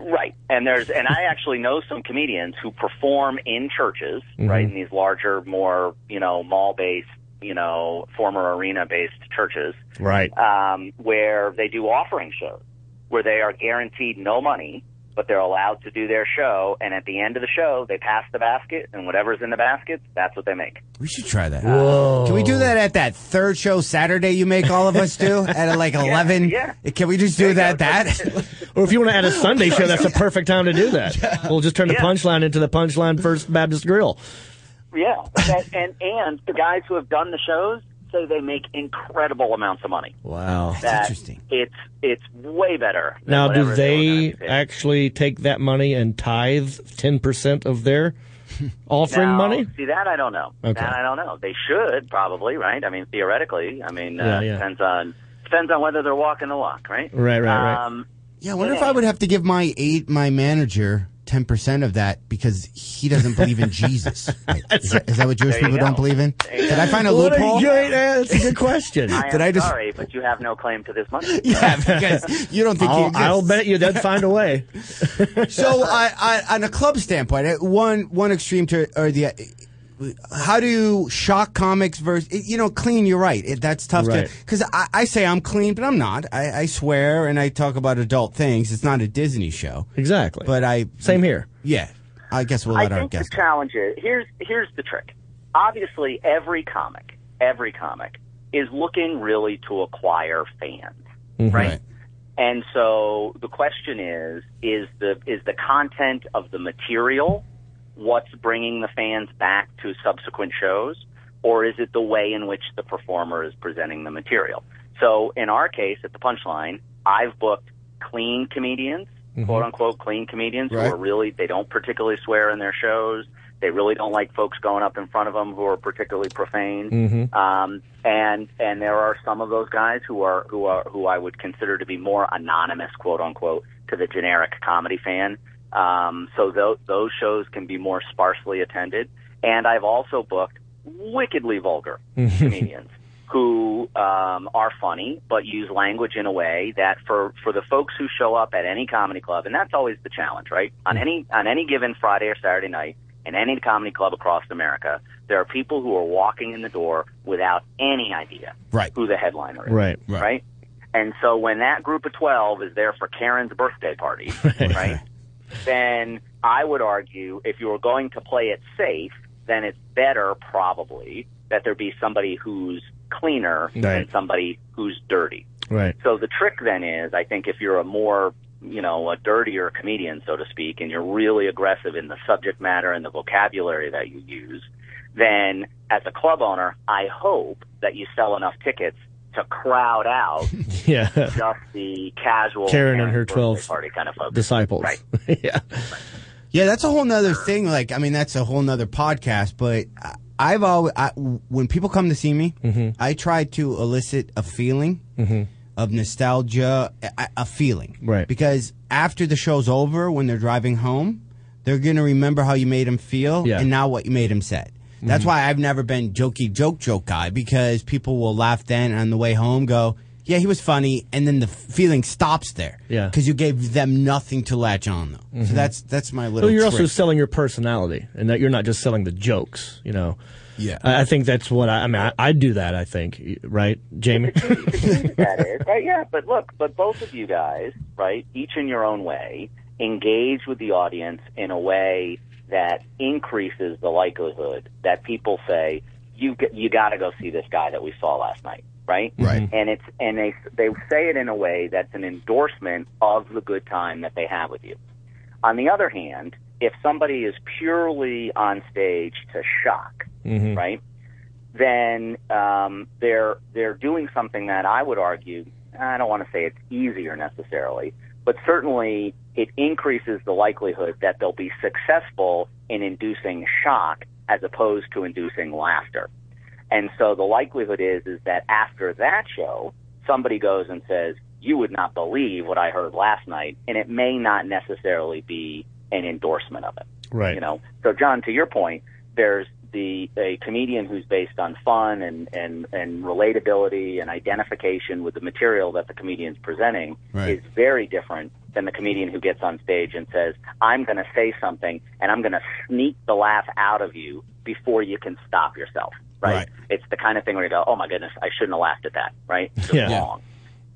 [SPEAKER 11] Right. And there's and I actually know some comedians who perform in churches,
[SPEAKER 4] Mhm.
[SPEAKER 11] right, in these larger, more, you know, mall based, you know, former arena based churches.
[SPEAKER 4] Right.
[SPEAKER 11] Um, where they do offering shows, where they are guaranteed no money, but they're allowed to do their show and at the end of the show they pass the basket and whatever's in the basket, that's what they make.
[SPEAKER 3] We should try that.
[SPEAKER 4] Whoa.
[SPEAKER 3] Can we do that at that third show Saturday you make all of us do at like 11? Yeah, Can we just do that *laughs* that?
[SPEAKER 4] Or if you want to add a Sunday show, that's the perfect time to
[SPEAKER 11] *laughs*
[SPEAKER 4] do that. We'll just turn the punchline into the Punchline First Baptist Grill.
[SPEAKER 11] Yeah. and, and and the guys who have done the shows say they make incredible amounts of money.
[SPEAKER 4] Wow.
[SPEAKER 11] That It's it's way better. than
[SPEAKER 4] Now, do
[SPEAKER 11] whatever
[SPEAKER 4] they actually take that money and tithe 10% of their offering
[SPEAKER 11] Now,
[SPEAKER 4] money?
[SPEAKER 11] See that I don't know.
[SPEAKER 4] Okay.
[SPEAKER 11] That I don't know. They should probably, right? I mean, theoretically. I mean, uh,
[SPEAKER 4] Yeah, yeah.
[SPEAKER 11] depends on depends on whether they're walking the walk, right?
[SPEAKER 3] Right, right, right.
[SPEAKER 11] Um,
[SPEAKER 3] yeah, I wonder if I would have to give my eight my manager 10% of that because he doesn't believe in Jesus. Like, is, that- is that what Jewish
[SPEAKER 11] There you
[SPEAKER 3] people don't
[SPEAKER 11] go.
[SPEAKER 3] believe in?
[SPEAKER 11] There you
[SPEAKER 3] Did I
[SPEAKER 11] go.
[SPEAKER 3] find a
[SPEAKER 11] What a
[SPEAKER 3] loophole?
[SPEAKER 11] great ass-
[SPEAKER 4] that's a good question.
[SPEAKER 11] *laughs* I am
[SPEAKER 3] Did I just
[SPEAKER 11] sorry, but you have no claim to this money.
[SPEAKER 3] *laughs* Yeah, because you don't think he
[SPEAKER 4] *laughs* I'll,
[SPEAKER 3] exists.
[SPEAKER 4] I'll bet you they'd find
[SPEAKER 11] *laughs*
[SPEAKER 4] a way.
[SPEAKER 3] so I, I, on a club standpoint, at one one extreme to or the how do shock comics versus you know clean? You're right. It, that's tough
[SPEAKER 16] Right.
[SPEAKER 3] to because I, I say I'm clean, but I'm not. I, I swear and I talk about adult things. It's not a Disney show,
[SPEAKER 4] exactly.
[SPEAKER 11] um,
[SPEAKER 3] But I
[SPEAKER 4] same here.
[SPEAKER 3] Yeah, I guess we'll
[SPEAKER 11] I
[SPEAKER 3] let our
[SPEAKER 11] think the
[SPEAKER 3] guest.
[SPEAKER 11] challenge is here's here's the trick. Obviously, every comic, every comic is looking really to acquire fans.
[SPEAKER 3] Mm-hmm.
[SPEAKER 15] Right.
[SPEAKER 11] And so the question is is the is the content of the material what's bringing the fans back to subsequent shows or is it the way in which the performer is presenting the material? So in our case at the punchline, I've booked clean comedians, quote unquote clean comedians
[SPEAKER 15] Right.
[SPEAKER 11] who are really they don't particularly swear in their shows. They really don't like folks going up in front of them who are particularly profane.
[SPEAKER 15] Mhm.
[SPEAKER 11] Um, and and there are some of those guys who are who are who I would consider to be more anonymous, quote unquote, to the generic comedy fan. Um, so those those shows can be more sparsely attended. And I've also booked wickedly vulgar comedians *laughs* who um, are funny but use language in a way that for for the folks who show up at any comedy club, and that's always the challenge, right? On any on any given Friday or Saturday night in any comedy club across America, there are people who are walking in the door without any idea
[SPEAKER 3] Right.
[SPEAKER 11] who the headliner is.
[SPEAKER 4] Right.
[SPEAKER 11] Right. And so when that group of 12 is there for Karen's birthday *laughs* party, right? Then I would argue if you were going to play it safe, then it's better probably that there be somebody who's cleaner than
[SPEAKER 4] Right.
[SPEAKER 11] somebody who's dirty.
[SPEAKER 4] Right. *laughs*
[SPEAKER 11] So the trick then is, I think if you're a more, you know, a dirtier comedian, so to speak, and you're really aggressive in the subject matter and the vocabulary that you use, then as a club owner, I hope that you sell enough tickets to crowd
[SPEAKER 4] *laughs*
[SPEAKER 11] out
[SPEAKER 4] Yeah.
[SPEAKER 11] just the casual
[SPEAKER 4] Karen and her
[SPEAKER 11] birthday
[SPEAKER 4] 12
[SPEAKER 11] party kind of folks.
[SPEAKER 4] disciples.
[SPEAKER 11] Right.
[SPEAKER 4] *laughs* yeah.
[SPEAKER 3] Yeah, that's a whole nother thing. Like, I mean, that's a whole nother podcast. But I- I've always, I, when people come to see me,
[SPEAKER 4] Mm-hmm.
[SPEAKER 3] I try to elicit a feeling of nostalgia, a, a feeling, right? Because after the show's over, when they're driving home, they're gonna remember how you made them feel,
[SPEAKER 4] Yeah. Mm-hmm.
[SPEAKER 3] and now what you made them say. That's why I've never been jokey joke joke guy because people will laugh then and on the way home go, yeah, he was funny, and then the feeling stops there.
[SPEAKER 4] Yeah.
[SPEAKER 3] because you gave them nothing to latch on though. So
[SPEAKER 4] Mhm.
[SPEAKER 3] that's that's my
[SPEAKER 4] So
[SPEAKER 3] little.
[SPEAKER 4] you're also
[SPEAKER 3] trick.
[SPEAKER 4] selling your personality, and that you're not just selling the jokes. You know.
[SPEAKER 3] Yeah.
[SPEAKER 4] I, I think that's what I, I mean. I, I do that. I think. Right,
[SPEAKER 11] *laughs*
[SPEAKER 4] Jamie.
[SPEAKER 11] that is, right? Yeah, but look, but both of you guys, right, each in your own way, engage with the audience in a way that increases the likelihood that people say you g- you got to go see this guy that we saw last night, right?
[SPEAKER 15] Right.
[SPEAKER 11] And it's and they they say it in a way that's an endorsement of the good time that they have with you. On the other hand, if somebody is purely on stage to shock, right? Then um, they're they're doing something that I would argue I don't want to say it's easier necessarily, but certainly it increases the likelihood that they'll be successful in inducing shock as opposed to inducing laughter. And so the likelihood is is that after that show, somebody goes and says, "You would not believe what I heard last night," and it may not necessarily be an endorsement of it.
[SPEAKER 4] *laughs* Right.
[SPEAKER 11] You know. So John, to your point, there's the a comedian who's based on fun and and and relatability and identification with the material that the comedian's presenting
[SPEAKER 15] Right.
[SPEAKER 11] is very different than the comedian who gets on stage and says, "I'm going to say something and I'm going to sneak the laugh out of you before you can stop yourself." Right? It's the kind of thing where you go, "Oh my goodness, I shouldn't have laughed at that." Right? It was
[SPEAKER 15] Yeah. Yeah.
[SPEAKER 11] wrong.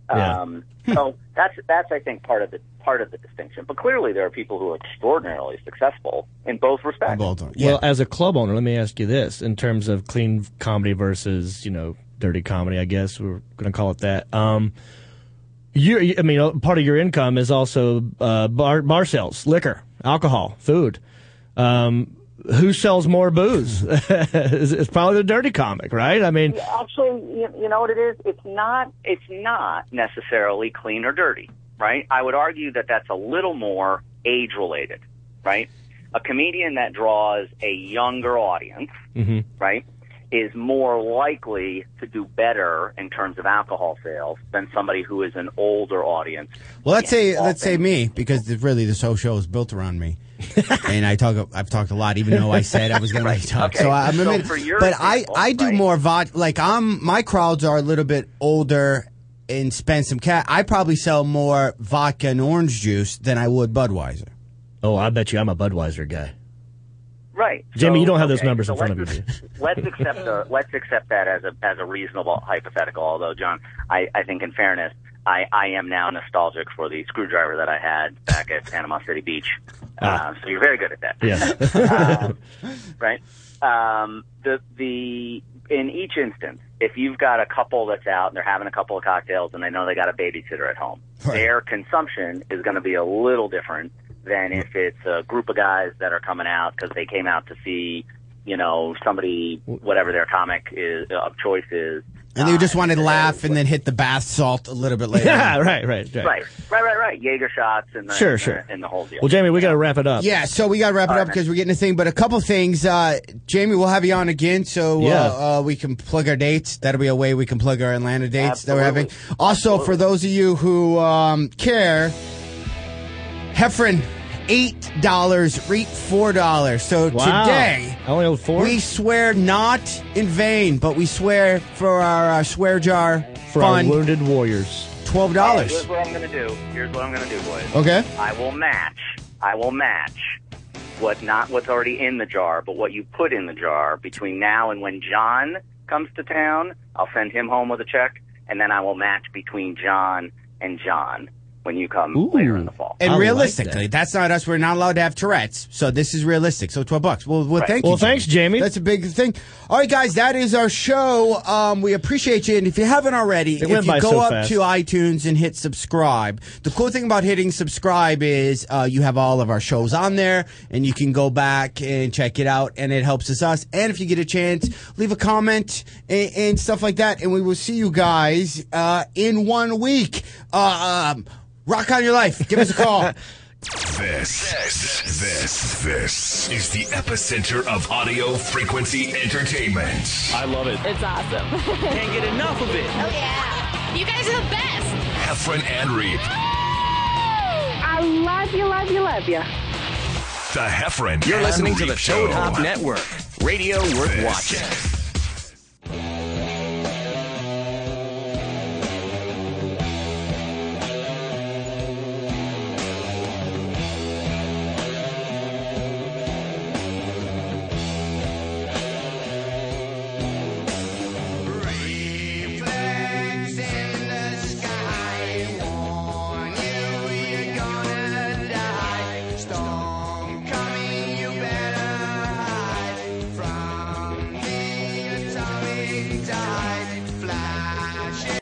[SPEAKER 15] Yeah.
[SPEAKER 11] Um,
[SPEAKER 4] Hmm.
[SPEAKER 11] so that's that's I think part of the part of the distinction. But clearly, there are people who are extraordinarily successful in both respects.
[SPEAKER 4] Well, as a club owner, let me ask you this: in terms of clean comedy versus you know dirty comedy, I guess we're going to call it that. Um, you, I mean, uh, part of your income is also uh, bar bar sales, liquor, alcohol, food. Um, who sells
[SPEAKER 11] *laughs*
[SPEAKER 4] more booze? *laughs* it's, it's probably the dirty comic, right? I mean,
[SPEAKER 11] Actually, you, you know what it is? It's not. It's not necessarily clean or dirty, right? I would argue that that's a little more age related, right? A comedian that draws a younger audience,
[SPEAKER 15] Mm-hmm.
[SPEAKER 11] right, is more likely to do better in terms of alcohol sales than somebody who is an older audience.
[SPEAKER 3] Well, let's say
[SPEAKER 11] all
[SPEAKER 3] let's say
[SPEAKER 11] things.
[SPEAKER 3] me because the, really this whole show is built around me, and I talk. I've talked a lot, even though I said I was going
[SPEAKER 11] Right,
[SPEAKER 3] to talk.
[SPEAKER 11] okay.
[SPEAKER 3] So I'm
[SPEAKER 11] So
[SPEAKER 3] admit-
[SPEAKER 11] for your
[SPEAKER 3] but I
[SPEAKER 11] example,
[SPEAKER 3] I do
[SPEAKER 11] right?
[SPEAKER 3] more vod. Like I'm my crowds are a little bit older and spend some cat. I probably sell more vodka and orange juice than I would Budweiser.
[SPEAKER 4] oh, I bet you I'm a Budweiser guy.
[SPEAKER 11] Right.
[SPEAKER 4] Jamie,
[SPEAKER 11] So,
[SPEAKER 4] you don't have those
[SPEAKER 11] okay,
[SPEAKER 4] numbers in
[SPEAKER 11] so
[SPEAKER 4] front of you.
[SPEAKER 11] let's
[SPEAKER 4] do you? *laughs*
[SPEAKER 11] just- Let's accept the, let's accept that as a as a reasonable hypothetical. Although, John, I, I think in fairness, I, I am now nostalgic for the screwdriver that I had back at Panama City Beach.
[SPEAKER 4] Ah.
[SPEAKER 11] Uh, so you're very good at that. *laughs*
[SPEAKER 4] Yes.
[SPEAKER 11] Um, right? Um, the the in each instance, if you've got a couple that's out and they're having a couple of cocktails and they know they got a babysitter at home, their consumption is going to be a little different than if it's a group of guys that are coming out because they came out to see, you know, somebody whatever their comic is of choice is.
[SPEAKER 3] And they just wanted to laugh and then hit the bath salt a little bit later.
[SPEAKER 4] *laughs* Yeah, right, right,
[SPEAKER 11] Right, right, right, right. Jaeger shots and the,
[SPEAKER 3] Sure,
[SPEAKER 11] and
[SPEAKER 3] sure.
[SPEAKER 11] The, and the whole deal.
[SPEAKER 4] Well, Jamie, we got to wrap it up.
[SPEAKER 3] Yeah, so we got to wrap it up because we're getting a thing. But a couple things, uh, Jamie, we'll have you on again so
[SPEAKER 4] Yeah.
[SPEAKER 3] uh, uh, we can plug our dates. That'll be a way we can plug our Atlanta dates that we're having. Also, for those of you who um, care, Heffron, eight dollars, Reet four dollars. So
[SPEAKER 4] Wow.
[SPEAKER 3] today,
[SPEAKER 4] I only hold four.
[SPEAKER 3] we swear not in vain, but we swear for our uh, swear jar
[SPEAKER 4] for our
[SPEAKER 3] fund,
[SPEAKER 4] wounded warriors.
[SPEAKER 3] twelve
[SPEAKER 11] All right,
[SPEAKER 3] dollars.
[SPEAKER 11] Here's what I'm going to do. Here's what I'm going to do, boys.
[SPEAKER 3] Okay.
[SPEAKER 11] I will match. I will match what not what's already in the jar, but what you put in the jar between now and when John comes to town. I'll send him home with a check, and then I will match between John and John when you come later in the fall.
[SPEAKER 3] And realistically, that's not us. We're not allowed to have Tourette's, so this is realistic. So twelve bucks. Well, well,
[SPEAKER 11] Right.
[SPEAKER 3] thank
[SPEAKER 11] Well,
[SPEAKER 3] you. thanks,
[SPEAKER 4] Jamie.
[SPEAKER 3] That's a big thing. All right, guys, that is our show. Um, we appreciate you, and if you haven't already,
[SPEAKER 4] It went
[SPEAKER 3] if you
[SPEAKER 4] by
[SPEAKER 3] go
[SPEAKER 4] so
[SPEAKER 3] up
[SPEAKER 4] fast.
[SPEAKER 3] to iTunes and hit subscribe, the cool thing about hitting subscribe is uh, you have all of our shows on there, and you can go back and check it out, and it helps us us. And if you get a chance, leave a comment and, and stuff like that, and we will see you guys uh, in one week. Uh, um, rock on your life. Give us a
[SPEAKER 4] *laughs*
[SPEAKER 3] call.
[SPEAKER 9] This, this, this, this is the epicenter of audio frequency entertainment. I love it.
[SPEAKER 1] It's awesome. Can't get enough of it. Oh, yeah. You guys are the best.
[SPEAKER 9] Heffron and Reap.
[SPEAKER 1] I love you, love you, love you.
[SPEAKER 9] The Heffron.
[SPEAKER 2] You're
[SPEAKER 9] and
[SPEAKER 2] listening to
[SPEAKER 9] Reap
[SPEAKER 2] the
[SPEAKER 9] Show.
[SPEAKER 2] Toad Hop Network. Radio worth watching.